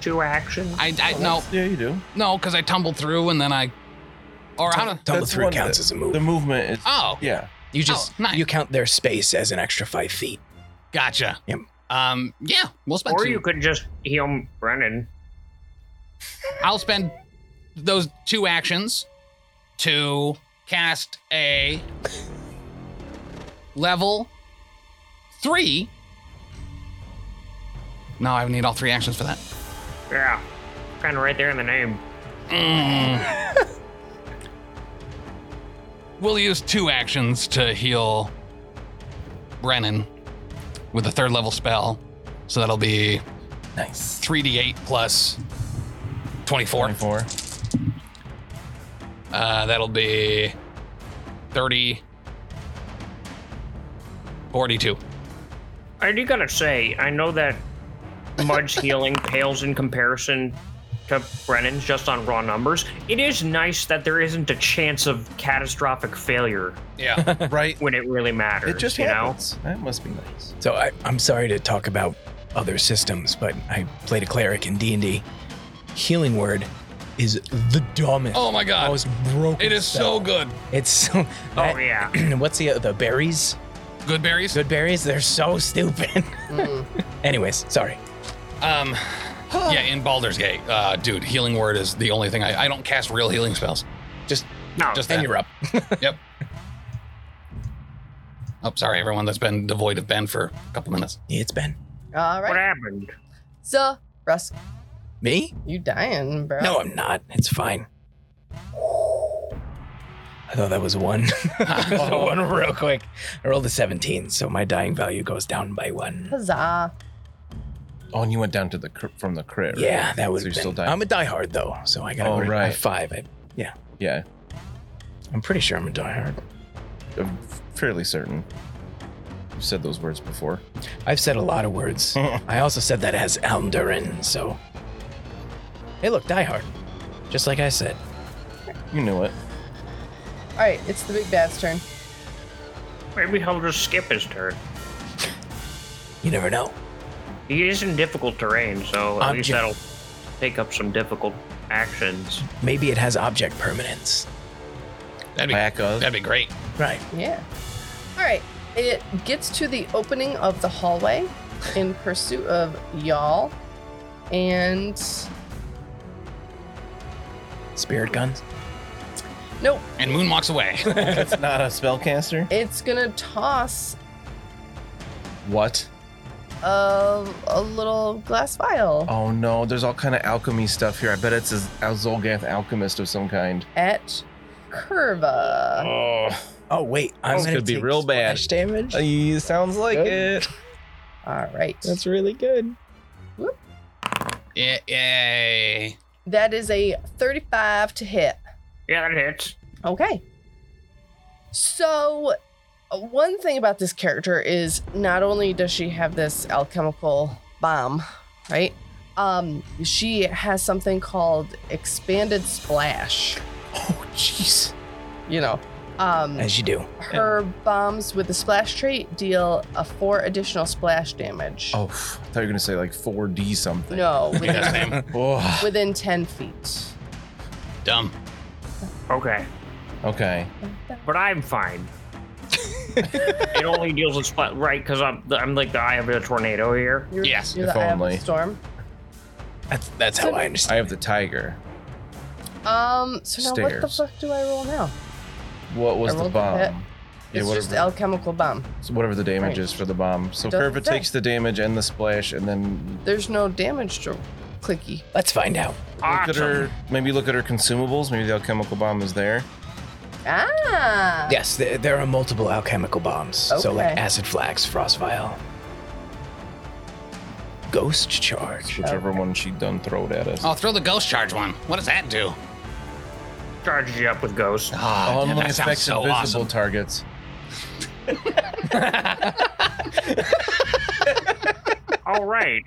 [SPEAKER 5] two actions?
[SPEAKER 2] I, I no
[SPEAKER 3] Yeah, you do.
[SPEAKER 2] no because I tumbled through and then I or how do
[SPEAKER 4] Tumble
[SPEAKER 3] That's
[SPEAKER 4] through
[SPEAKER 3] one
[SPEAKER 4] counts
[SPEAKER 3] that-
[SPEAKER 4] as a move.
[SPEAKER 3] The movement is.
[SPEAKER 2] oh
[SPEAKER 3] Yeah.
[SPEAKER 4] you just
[SPEAKER 2] oh, nice.
[SPEAKER 4] you count their space as an extra five feet.
[SPEAKER 2] gotcha.
[SPEAKER 4] Yep.
[SPEAKER 2] Um yeah we'll spend
[SPEAKER 5] Or
[SPEAKER 2] two.
[SPEAKER 5] you could just heal Brennan.
[SPEAKER 2] I'll spend those two actions to cast a level three. No, I would need all three actions for that.
[SPEAKER 5] Yeah, kind of right there in the name.
[SPEAKER 2] Mm. we'll use two actions to heal Brennan with a third level spell. So that'll be
[SPEAKER 4] Nice.
[SPEAKER 2] 3d8 plus 24.
[SPEAKER 3] 24.
[SPEAKER 2] Uh, that'll be 30, 42.
[SPEAKER 5] I do gotta say, I know that Mud's
[SPEAKER 3] <laughs>
[SPEAKER 5] healing pales in comparison to Brennan's just on raw numbers. It is nice that there isn't a chance of catastrophic failure
[SPEAKER 2] Yeah.
[SPEAKER 3] Right.
[SPEAKER 5] when it really matters.
[SPEAKER 3] It just
[SPEAKER 5] you
[SPEAKER 3] happens. That must be nice.
[SPEAKER 4] So I, I'm sorry to talk about other systems, but I played a cleric in D and D. Healing word is the dumbest.
[SPEAKER 2] oh my god.
[SPEAKER 4] Most broken.
[SPEAKER 2] It is so
[SPEAKER 4] spell.
[SPEAKER 2] good.
[SPEAKER 4] It's so.
[SPEAKER 5] know. Oh
[SPEAKER 4] <clears throat>
[SPEAKER 5] yeah.
[SPEAKER 4] what's the the berries?
[SPEAKER 2] Good berries.
[SPEAKER 4] Good berries. They're so stupid.
[SPEAKER 1] Mm.
[SPEAKER 4] <laughs> Anyways, sorry.
[SPEAKER 2] Um, yeah, in Baldur's Gate, uh, dude, healing word is the only thing I, I don't cast real healing spells.
[SPEAKER 5] No.
[SPEAKER 2] Just
[SPEAKER 4] And
[SPEAKER 2] that.
[SPEAKER 4] you're up.
[SPEAKER 2] Oh, sorry, everyone that's been devoid of Ben for a couple minutes.
[SPEAKER 4] It's Ben.
[SPEAKER 1] All
[SPEAKER 5] what
[SPEAKER 1] right.
[SPEAKER 5] happened?
[SPEAKER 1] So, Russ,
[SPEAKER 4] Me?
[SPEAKER 1] you dying, bro.
[SPEAKER 4] No, I'm not. It's fine. I thought that was a one. <laughs> so one real quick. I rolled a 17, so my dying value goes down by one.
[SPEAKER 1] Huzzah.
[SPEAKER 3] Oh, and you went down to the cr- from the crit. right?
[SPEAKER 4] Yeah, that would
[SPEAKER 3] So you're
[SPEAKER 4] have
[SPEAKER 3] still
[SPEAKER 4] been.
[SPEAKER 3] dying.
[SPEAKER 4] I'm a diehard though, so I got
[SPEAKER 3] Oh,
[SPEAKER 4] to a
[SPEAKER 3] right.
[SPEAKER 4] five. I,
[SPEAKER 3] Yeah,
[SPEAKER 4] I'm pretty sure I'm a diehard.
[SPEAKER 3] I'm fairly certain. You've said those words before.
[SPEAKER 4] I've said a lot of
[SPEAKER 3] <laughs>
[SPEAKER 4] words. I also said that as Almdurin, so. Hey, look, diehard. Just like I said.
[SPEAKER 3] You knew
[SPEAKER 4] <laughs>
[SPEAKER 3] it.
[SPEAKER 1] All right, it's the big bad's turn.
[SPEAKER 5] Maybe he'll just skip his turn.
[SPEAKER 4] You never know.
[SPEAKER 5] He is in difficult terrain, so at
[SPEAKER 4] I'm
[SPEAKER 5] least
[SPEAKER 4] ju-
[SPEAKER 5] that'll take up some difficult actions.
[SPEAKER 4] Maybe it has object permanence.
[SPEAKER 2] That'd be,
[SPEAKER 3] Lack of.
[SPEAKER 2] that'd be great.
[SPEAKER 4] Right.
[SPEAKER 1] Yeah. All right. It gets to the opening of the hallway in pursuit of y'all. And
[SPEAKER 4] Spirit guns.
[SPEAKER 1] nope,
[SPEAKER 2] And Moon walks away.
[SPEAKER 3] That's not a spellcaster.
[SPEAKER 1] it's gonna toss
[SPEAKER 3] What?
[SPEAKER 1] a, a little glass vial
[SPEAKER 3] Oh no, there's all kind of alchemy stuff here. I bet it's a, a Zolgath alchemist of some kind.
[SPEAKER 1] at Curva.
[SPEAKER 3] Oh,
[SPEAKER 4] Oh wait, I'm
[SPEAKER 3] This
[SPEAKER 4] gonna
[SPEAKER 3] could be
[SPEAKER 4] take
[SPEAKER 3] real bad. Uh,
[SPEAKER 4] splash damage.
[SPEAKER 3] it sounds like
[SPEAKER 4] Good.
[SPEAKER 3] it.
[SPEAKER 1] All right.
[SPEAKER 4] That's really good.
[SPEAKER 2] yeah, yay.
[SPEAKER 1] That is a 35 to hit.
[SPEAKER 5] Yeah, that hits.
[SPEAKER 1] Okay. So, uh, one thing about this character is not only does she have this alchemical bomb, right? Um, she has something called expanded splash.
[SPEAKER 4] Oh jeez.
[SPEAKER 1] You know, um,
[SPEAKER 4] As you do.
[SPEAKER 1] her bombs with the splash trait deal a four additional splash damage.
[SPEAKER 3] Oh, I thought you were gonna say like 4D something.
[SPEAKER 1] no,
[SPEAKER 3] <laughs>
[SPEAKER 2] Yes,
[SPEAKER 1] within,
[SPEAKER 2] ma'am.
[SPEAKER 3] Oh,
[SPEAKER 1] within ten feet.
[SPEAKER 2] Dumb.
[SPEAKER 5] Okay,
[SPEAKER 3] okay.
[SPEAKER 5] but I'm
[SPEAKER 3] <laughs>
[SPEAKER 5] fine. it only deals with splat, right? Because I'm I'm like the eye of a tornado here.
[SPEAKER 1] You're,
[SPEAKER 2] Yes,
[SPEAKER 1] you're
[SPEAKER 3] if
[SPEAKER 1] the eye of
[SPEAKER 3] only.
[SPEAKER 1] the storm.
[SPEAKER 4] That's that's how I
[SPEAKER 3] I
[SPEAKER 4] understand.
[SPEAKER 3] have the tiger.
[SPEAKER 1] Um, so now what the
[SPEAKER 3] Stairs.
[SPEAKER 1] fuck do I roll now?
[SPEAKER 3] What was
[SPEAKER 1] I
[SPEAKER 3] the
[SPEAKER 1] rolled a
[SPEAKER 3] bomb?
[SPEAKER 1] hit.
[SPEAKER 3] Yeah,
[SPEAKER 1] It's just
[SPEAKER 3] whatever,
[SPEAKER 1] alchemical bomb.
[SPEAKER 3] so whatever the damage
[SPEAKER 1] Right.
[SPEAKER 3] is for the bomb. So
[SPEAKER 1] It doesn't
[SPEAKER 3] Curva
[SPEAKER 1] say.
[SPEAKER 3] takes the damage and the splash, and then
[SPEAKER 1] There's no damage to Clicky.
[SPEAKER 4] Let's find out.
[SPEAKER 3] look at
[SPEAKER 5] Awesome.
[SPEAKER 3] her. Maybe look at her consumables. Maybe the alchemical bomb is there.
[SPEAKER 1] Ah.
[SPEAKER 4] Yes, there, there are multiple alchemical bombs. So like
[SPEAKER 1] Okay.
[SPEAKER 4] acid flax, frost vial, ghost charge.
[SPEAKER 3] Whichever one she done throwed at us.
[SPEAKER 2] Oh, throw the ghost charge one. What does that do?
[SPEAKER 5] Charges you up with ghosts.
[SPEAKER 3] <laughs>
[SPEAKER 2] Ah,
[SPEAKER 3] Only
[SPEAKER 2] damn, that sounds
[SPEAKER 3] affects
[SPEAKER 2] so
[SPEAKER 3] invisible
[SPEAKER 2] awesome.
[SPEAKER 3] targets.
[SPEAKER 5] All right.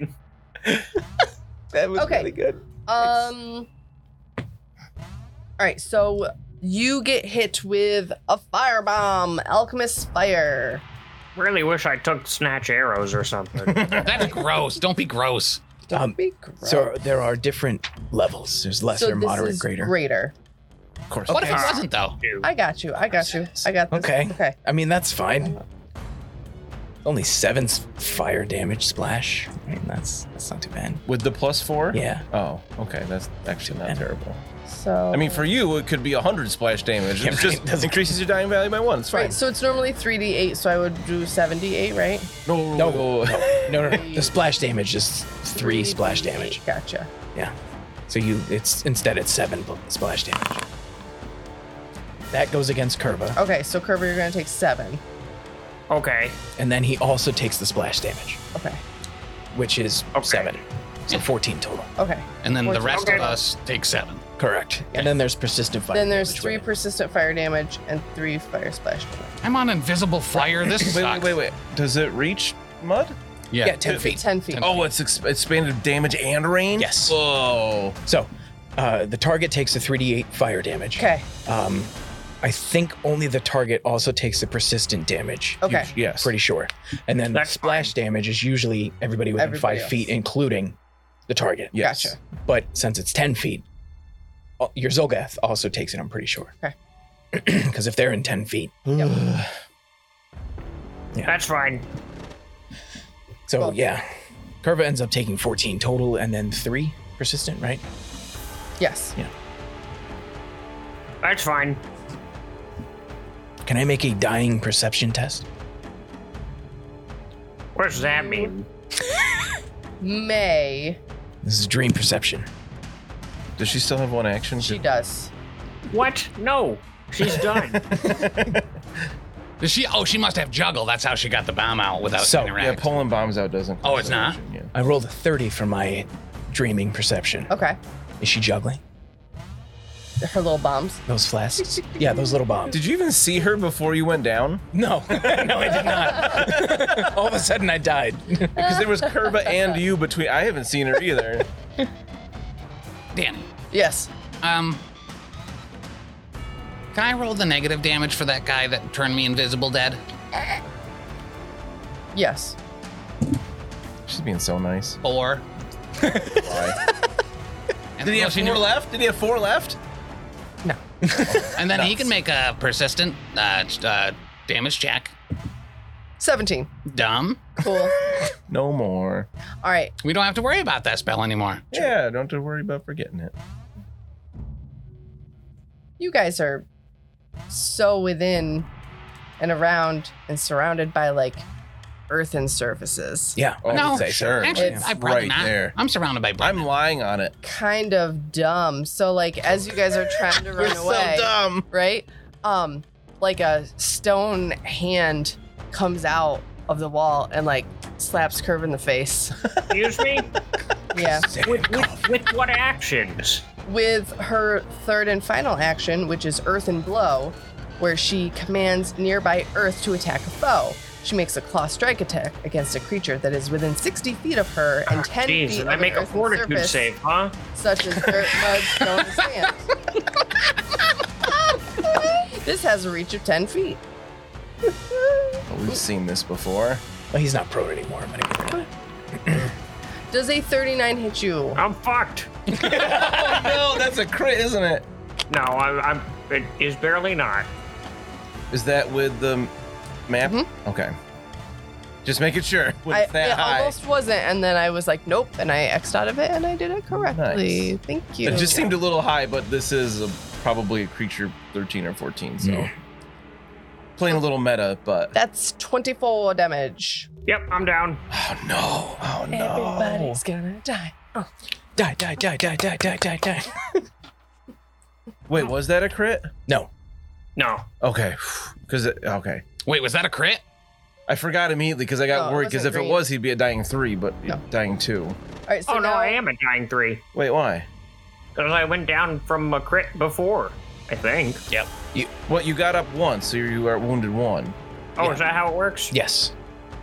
[SPEAKER 4] That was
[SPEAKER 1] Okay.
[SPEAKER 4] good.
[SPEAKER 1] Um. All right. So you get hit with a firebomb, alchemist's fire.
[SPEAKER 5] Really wish I took snatch arrows
[SPEAKER 3] <laughs>
[SPEAKER 5] or something.
[SPEAKER 2] That's gross. Don't be gross.
[SPEAKER 1] Don't
[SPEAKER 4] Um,
[SPEAKER 1] be gross.
[SPEAKER 4] So there are different levels. There's lesser,
[SPEAKER 1] So this
[SPEAKER 4] moderate,
[SPEAKER 1] is
[SPEAKER 4] greater.
[SPEAKER 1] Greater.
[SPEAKER 3] Of course.
[SPEAKER 2] What if it
[SPEAKER 5] Okay.
[SPEAKER 2] wasn't though?
[SPEAKER 5] Dude,
[SPEAKER 1] I got you. I got you. I got this.
[SPEAKER 4] Okay.
[SPEAKER 1] Okay. Uh-huh.
[SPEAKER 4] I mean, that's fine. Only seven s- fire damage splash. I mean, that's that's not too bad.
[SPEAKER 3] With the plus four?
[SPEAKER 4] Yeah.
[SPEAKER 3] Oh, okay. That's actually not
[SPEAKER 4] And-
[SPEAKER 3] terrible.
[SPEAKER 1] So.
[SPEAKER 3] I mean, for you, it could be 100 splash damage.
[SPEAKER 4] Yeah,
[SPEAKER 3] It
[SPEAKER 4] right.
[SPEAKER 3] just
[SPEAKER 4] Doesn't-
[SPEAKER 3] increases your dying value by one. It's fine.
[SPEAKER 1] Right, so it's normally 3d8, so I would do 7d8, right?
[SPEAKER 3] No,
[SPEAKER 4] No, no, no, no, no. The splash damage is three splash damage.
[SPEAKER 1] Gotcha.
[SPEAKER 4] Yeah. So you, it's instead it's seven bl- splash damage. That goes against Curva,
[SPEAKER 1] Okay, so Kerber, you're going to take 7.
[SPEAKER 5] Okay.
[SPEAKER 4] and then he also takes the splash damage,
[SPEAKER 1] Okay.
[SPEAKER 4] which is
[SPEAKER 5] Okay.
[SPEAKER 4] seven. So fourteen total.
[SPEAKER 1] Okay.
[SPEAKER 2] And then the
[SPEAKER 1] Fourteen.
[SPEAKER 2] rest
[SPEAKER 5] Okay.
[SPEAKER 2] of us take seven.
[SPEAKER 4] Correct. And then there's persistent fire.
[SPEAKER 1] Then there's
[SPEAKER 4] damage
[SPEAKER 1] 3
[SPEAKER 4] with it.
[SPEAKER 1] persistent fire damage and 3 fire splash damage.
[SPEAKER 2] I'm on invisible fire. This
[SPEAKER 3] Wait, wait,
[SPEAKER 2] sucks.
[SPEAKER 3] wait, wait. Does it reach mud?
[SPEAKER 2] Yeah.
[SPEAKER 4] Yeah, ten feet.
[SPEAKER 1] 10 feet.
[SPEAKER 3] Oh, it's ex- expanded damage and range?
[SPEAKER 4] Yes.
[SPEAKER 3] Whoa.
[SPEAKER 4] So, uh, the target takes a 3d8 fire damage.
[SPEAKER 1] Okay.
[SPEAKER 4] Um, I think only the target also takes the persistent damage.
[SPEAKER 1] Okay.
[SPEAKER 3] Huge- Yes.
[SPEAKER 4] Pretty sure. And then
[SPEAKER 5] That's
[SPEAKER 4] the splash damage is usually everybody within
[SPEAKER 1] Everybody
[SPEAKER 4] five
[SPEAKER 1] else.
[SPEAKER 4] feet, including the target.
[SPEAKER 3] Yes.
[SPEAKER 1] Gotcha.
[SPEAKER 4] But since it's 10 feet, uh, your Zolgath also takes it, I'm pretty sure.
[SPEAKER 1] Okay.
[SPEAKER 4] <clears throat> Because if they're in 10 feet.
[SPEAKER 5] That's fine.
[SPEAKER 4] So,
[SPEAKER 1] Well-
[SPEAKER 4] yeah. Curva ends up taking 14 total and then three persistent, right?
[SPEAKER 1] Yes.
[SPEAKER 5] That's fine.
[SPEAKER 4] Can I make a dying perception test?
[SPEAKER 5] What does that mean?
[SPEAKER 1] May.
[SPEAKER 4] This is dream perception.
[SPEAKER 3] Does she still have one action?
[SPEAKER 1] She does.
[SPEAKER 5] What? No.
[SPEAKER 3] <laughs>
[SPEAKER 5] She's done.
[SPEAKER 2] Does she? Oh, she must have juggle. That's how she got the bomb out without
[SPEAKER 4] So,
[SPEAKER 3] Yeah,
[SPEAKER 2] interacting.
[SPEAKER 3] pulling bombs out doesn't.
[SPEAKER 2] Oh, it's not?
[SPEAKER 3] Yeah.
[SPEAKER 4] I rolled a 30 for my dreaming perception.
[SPEAKER 1] Okay.
[SPEAKER 4] Is she juggling?
[SPEAKER 1] Her little bombs.
[SPEAKER 4] Those flasks? Yeah, those little bombs.
[SPEAKER 3] Did you even see her before you went down?
[SPEAKER 4] no, <laughs> no, I did not. <laughs> All of a sudden, I died.
[SPEAKER 3] Because there was
[SPEAKER 1] <laughs>
[SPEAKER 3] Kerba and you between. I haven't seen her either.
[SPEAKER 2] Danny,
[SPEAKER 1] Yes.
[SPEAKER 6] Um. Can I roll the negative damage for that guy that turned me invisible dead?
[SPEAKER 1] Yes.
[SPEAKER 3] She's being so nice. <laughs>
[SPEAKER 6] Four.
[SPEAKER 3] Why?
[SPEAKER 6] And
[SPEAKER 3] Did he have
[SPEAKER 6] plus you
[SPEAKER 3] four
[SPEAKER 6] know-
[SPEAKER 3] left? Did he have four left?
[SPEAKER 6] And then he can make a persistent uh, ch- uh, damage check.
[SPEAKER 1] 17.
[SPEAKER 6] Dumb.
[SPEAKER 1] Cool.
[SPEAKER 4] <laughs>
[SPEAKER 1] All
[SPEAKER 3] No more.
[SPEAKER 1] right.
[SPEAKER 6] We don't have to worry about that spell anymore.
[SPEAKER 3] Yeah, don't have to worry about forgetting it.
[SPEAKER 1] You guys are so within and around and surrounded by like earthen surfaces.
[SPEAKER 4] Yeah.
[SPEAKER 3] Oh,
[SPEAKER 6] No,
[SPEAKER 3] say sure.
[SPEAKER 6] Actually,
[SPEAKER 1] It's
[SPEAKER 6] I probably
[SPEAKER 3] right
[SPEAKER 6] not.
[SPEAKER 3] there.
[SPEAKER 6] I'm surrounded by blood.
[SPEAKER 3] I'm lying on it.
[SPEAKER 1] Kind of dumb. So like as you guys are trying
[SPEAKER 4] <laughs>
[SPEAKER 1] to run
[SPEAKER 3] You're
[SPEAKER 1] away,
[SPEAKER 3] so dumb.
[SPEAKER 1] right? Um, like a stone hand comes out of the wall and like slaps Curve in the
[SPEAKER 5] <laughs>
[SPEAKER 1] face.
[SPEAKER 5] Excuse me?
[SPEAKER 1] Yeah.
[SPEAKER 5] with, with, with what actions?
[SPEAKER 1] with her third and final action, which is Earth and Blow, where she commands nearby Earth to attack a foe. She makes a claw strike attack against a creature that is within 60 feet of her and 10
[SPEAKER 5] Ah, Jeez,
[SPEAKER 1] feet
[SPEAKER 5] and
[SPEAKER 1] of
[SPEAKER 5] I
[SPEAKER 1] an
[SPEAKER 5] make a
[SPEAKER 1] earthen
[SPEAKER 5] fortitude
[SPEAKER 1] surface,
[SPEAKER 5] save, huh?
[SPEAKER 1] such as dirt,
[SPEAKER 5] <laughs>
[SPEAKER 1] mud, stone, and sand. this has a reach of 10 feet.
[SPEAKER 3] Oh, we've seen this before.
[SPEAKER 4] Well, he's not pro anymore. I'm gonna get rid of it.
[SPEAKER 1] Does a 39 hit you?
[SPEAKER 5] I'm fucked.
[SPEAKER 3] no, Oh, that's a crit, isn't it?
[SPEAKER 5] No, I'm, I'm it is barely not.
[SPEAKER 3] Is that with the map? Okay. Just making sure. With
[SPEAKER 1] Mm-hmm. I,
[SPEAKER 3] that
[SPEAKER 1] it
[SPEAKER 3] high.
[SPEAKER 1] almost wasn't, and then I was like, nope, and I X'd out of it, and I did it correctly. Thank you.
[SPEAKER 3] It just seemed a little high, but this is a, probably a creature 13 or 14, so. Playing a little meta, but.
[SPEAKER 1] That's 24 damage.
[SPEAKER 5] Yep, I'm down.
[SPEAKER 3] Oh no. Oh no.
[SPEAKER 1] Everybody's gonna die.
[SPEAKER 4] Die, die, die, die, die, die, die, die.
[SPEAKER 3] Wait, was that a crit?
[SPEAKER 4] No.
[SPEAKER 5] No.
[SPEAKER 3] Okay. <sighs> Because, okay.
[SPEAKER 6] Wait, was that a crit?
[SPEAKER 3] I forgot immediately because I got
[SPEAKER 1] No, it
[SPEAKER 3] worried because
[SPEAKER 1] wasn't
[SPEAKER 3] if it
[SPEAKER 1] green.
[SPEAKER 3] was, he'd be a dying three, but
[SPEAKER 1] No.
[SPEAKER 3] dying two.
[SPEAKER 1] All right, so
[SPEAKER 5] oh no,
[SPEAKER 1] now
[SPEAKER 5] I am a dying three.
[SPEAKER 3] Wait, why?
[SPEAKER 5] Because I went down from a crit before, I think.
[SPEAKER 6] Yep.
[SPEAKER 3] What, you got up once, so you are wounded one.
[SPEAKER 5] Oh, is that how it works?
[SPEAKER 4] Yes.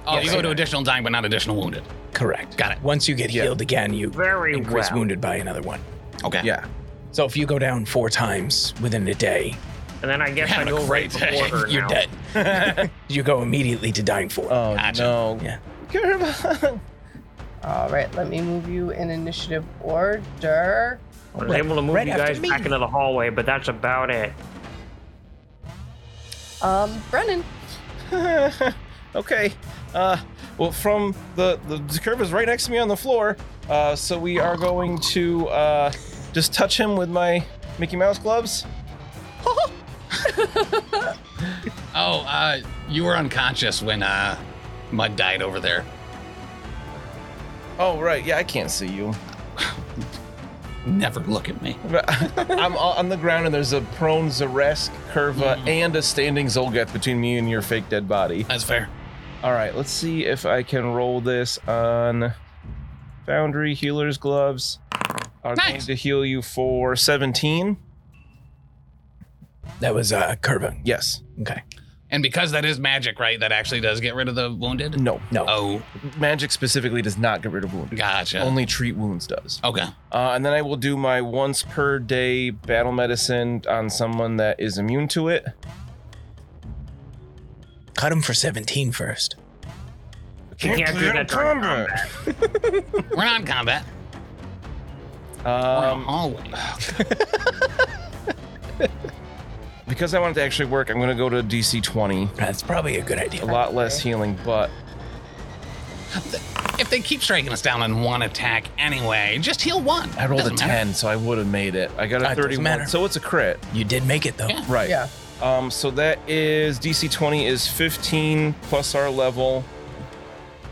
[SPEAKER 6] Oh,
[SPEAKER 4] Yes.
[SPEAKER 6] you go to additional dying, but not additional wounded.
[SPEAKER 4] Correct.
[SPEAKER 6] Got it.
[SPEAKER 4] Once you get
[SPEAKER 3] Yeah.
[SPEAKER 4] healed again, you
[SPEAKER 5] Very
[SPEAKER 4] increase
[SPEAKER 5] well.
[SPEAKER 4] wounded by another one.
[SPEAKER 6] Okay.
[SPEAKER 3] Yeah.
[SPEAKER 4] So if you go down four times within a day,
[SPEAKER 5] And then I guess I
[SPEAKER 6] Having
[SPEAKER 5] go
[SPEAKER 6] a
[SPEAKER 5] right
[SPEAKER 6] great day.
[SPEAKER 5] before her
[SPEAKER 4] <laughs> you're
[SPEAKER 5] now.
[SPEAKER 4] dead. <laughs> you go immediately to dying four.
[SPEAKER 3] Oh
[SPEAKER 6] Gotcha.
[SPEAKER 3] no.
[SPEAKER 4] Yeah.
[SPEAKER 3] <laughs> Gerba.
[SPEAKER 1] All right, let me move you in initiative order.
[SPEAKER 5] I was able to move
[SPEAKER 4] right
[SPEAKER 5] you
[SPEAKER 4] after
[SPEAKER 5] guys
[SPEAKER 4] me.
[SPEAKER 5] back into the hallway, but that's about it.
[SPEAKER 1] Um, Brennan,
[SPEAKER 3] <laughs> okay. Uh, well, from the, the the curve is right next to me on the floor, uh, so we are going to uh, just touch him with my Mickey Mouse gloves.
[SPEAKER 6] Oh, uh, you were unconscious when uh, Mud died over there.
[SPEAKER 3] Oh right, yeah, I can't see you.
[SPEAKER 6] Never look at me.
[SPEAKER 3] But <laughs> I'm on the ground, and there's a prone Zaresk, Curva, and a standing Zolgath between me and your fake dead body.
[SPEAKER 6] That's fair.
[SPEAKER 3] All right, let's see if I can roll this on Foundry Healer's Gloves. I'm going
[SPEAKER 6] Nice.
[SPEAKER 3] to heal you for 17.
[SPEAKER 4] That was uh, Curva.
[SPEAKER 3] Yes.
[SPEAKER 4] Okay.
[SPEAKER 6] And because that is magic, right? That actually does get rid of the wounded.
[SPEAKER 3] No.
[SPEAKER 4] No.
[SPEAKER 6] Oh,
[SPEAKER 3] Magic specifically does not get rid of wounds.
[SPEAKER 6] gotcha.
[SPEAKER 3] Only treat wounds does.
[SPEAKER 6] okay.
[SPEAKER 3] Uh, and then I will do my once per day battle medicine on someone that is immune to it.
[SPEAKER 4] Cut him for 17 first.
[SPEAKER 5] can't do
[SPEAKER 3] clear
[SPEAKER 5] that
[SPEAKER 3] the
[SPEAKER 5] during
[SPEAKER 3] combat.
[SPEAKER 6] We're not in combat. We're in a
[SPEAKER 3] Um,
[SPEAKER 6] hallway.
[SPEAKER 3] because I want it to actually work, I'm going to go to DC 20.
[SPEAKER 4] That's probably a good idea.
[SPEAKER 3] A lot less healing, but
[SPEAKER 6] If they keep striking us down in one attack anyway, just heal one.
[SPEAKER 3] I rolled a
[SPEAKER 6] Doesn't matter.
[SPEAKER 3] 10, so I would have made it. I got
[SPEAKER 4] Uh,
[SPEAKER 3] a
[SPEAKER 4] it doesn't
[SPEAKER 3] 31,
[SPEAKER 4] matter.
[SPEAKER 3] so it's a crit.
[SPEAKER 4] You did make it though.
[SPEAKER 6] Yeah.
[SPEAKER 3] Right.
[SPEAKER 1] Yeah.
[SPEAKER 3] Um, so that is DC 20 is 15 plus our level.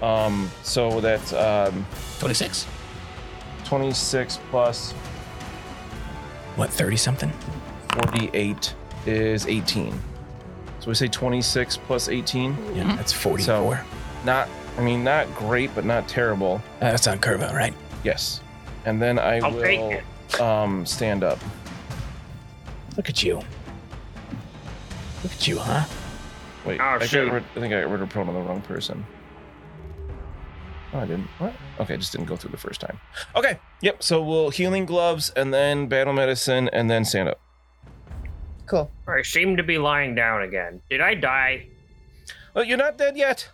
[SPEAKER 3] Um, so that's um,
[SPEAKER 6] 26.
[SPEAKER 3] 26 plus
[SPEAKER 4] What, 30 something?
[SPEAKER 3] 48 is 18. So we say 26 plus 18.
[SPEAKER 4] Yeah, that's 44.
[SPEAKER 3] Not, I mean, not great, but not terrible.
[SPEAKER 4] Uh, that's on Curva, right?
[SPEAKER 3] Yes. And then I
[SPEAKER 5] I'll take
[SPEAKER 3] will um, stand up.
[SPEAKER 4] Look at you. Look at you, huh? <laughs>
[SPEAKER 3] Wait,
[SPEAKER 5] Oh,
[SPEAKER 3] I, got
[SPEAKER 5] shoot.
[SPEAKER 3] rid- I think I got rid of prone on the wrong person. Oh, I didn't. What? Okay, I just didn't go through the first time. Okay. Yep. So we'll healing gloves and then battle medicine and then stand up.
[SPEAKER 1] Cool.
[SPEAKER 5] I seem to be lying down again. Did I die?
[SPEAKER 3] Oh, you're not dead yet.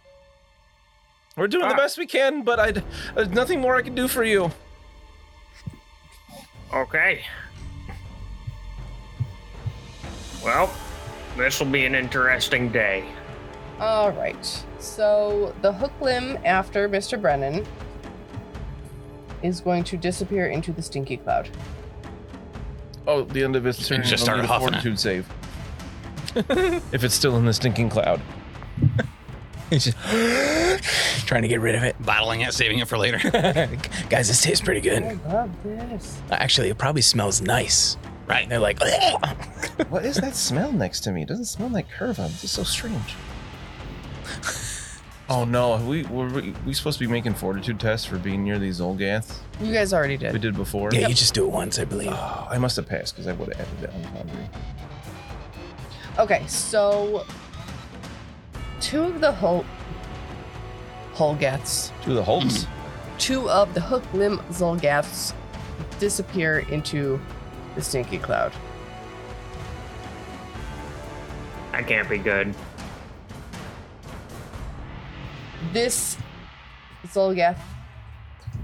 [SPEAKER 3] We're doing the
[SPEAKER 5] Ah.
[SPEAKER 3] best we can, but I there's nothing more I can do for you.
[SPEAKER 5] Okay. Well, this will be an interesting day.
[SPEAKER 1] All right. So the hook limb after Mr. Brennan is going to disappear into the stinky cloud.
[SPEAKER 3] Oh, the end of its turn.
[SPEAKER 6] just
[SPEAKER 3] it'll
[SPEAKER 6] start
[SPEAKER 3] need a
[SPEAKER 6] huffing it.
[SPEAKER 3] fortitude save. <laughs> if it's still in the stinking cloud.
[SPEAKER 4] He's just <gasps> trying to get rid of it. <laughs>
[SPEAKER 6] Bottling it, saving it for
[SPEAKER 3] <laughs>
[SPEAKER 6] later.
[SPEAKER 4] Guys, this tastes pretty
[SPEAKER 1] I
[SPEAKER 4] good.
[SPEAKER 1] love this.
[SPEAKER 4] Actually, it probably smells nice.
[SPEAKER 6] Right.
[SPEAKER 4] And they're like,
[SPEAKER 3] <laughs> What is that smell next to me? It doesn't smell like curva. This is
[SPEAKER 6] <laughs>
[SPEAKER 3] so strange. oh no, we were we, we supposed to be making fortitude tests for being near these old gaths
[SPEAKER 1] You guys already did.
[SPEAKER 3] we did before.
[SPEAKER 4] yeah, you just do it once, I believe.
[SPEAKER 3] Oh, I must have passed because I would have added that on Foundry.
[SPEAKER 1] Okay, so two of the ho- Holgats,
[SPEAKER 3] Two of the Holtz.
[SPEAKER 6] Mm-hmm.
[SPEAKER 1] two of the hook limb Zolgats disappear into the stinky cloud.
[SPEAKER 5] That can't be good.
[SPEAKER 1] This Zolgath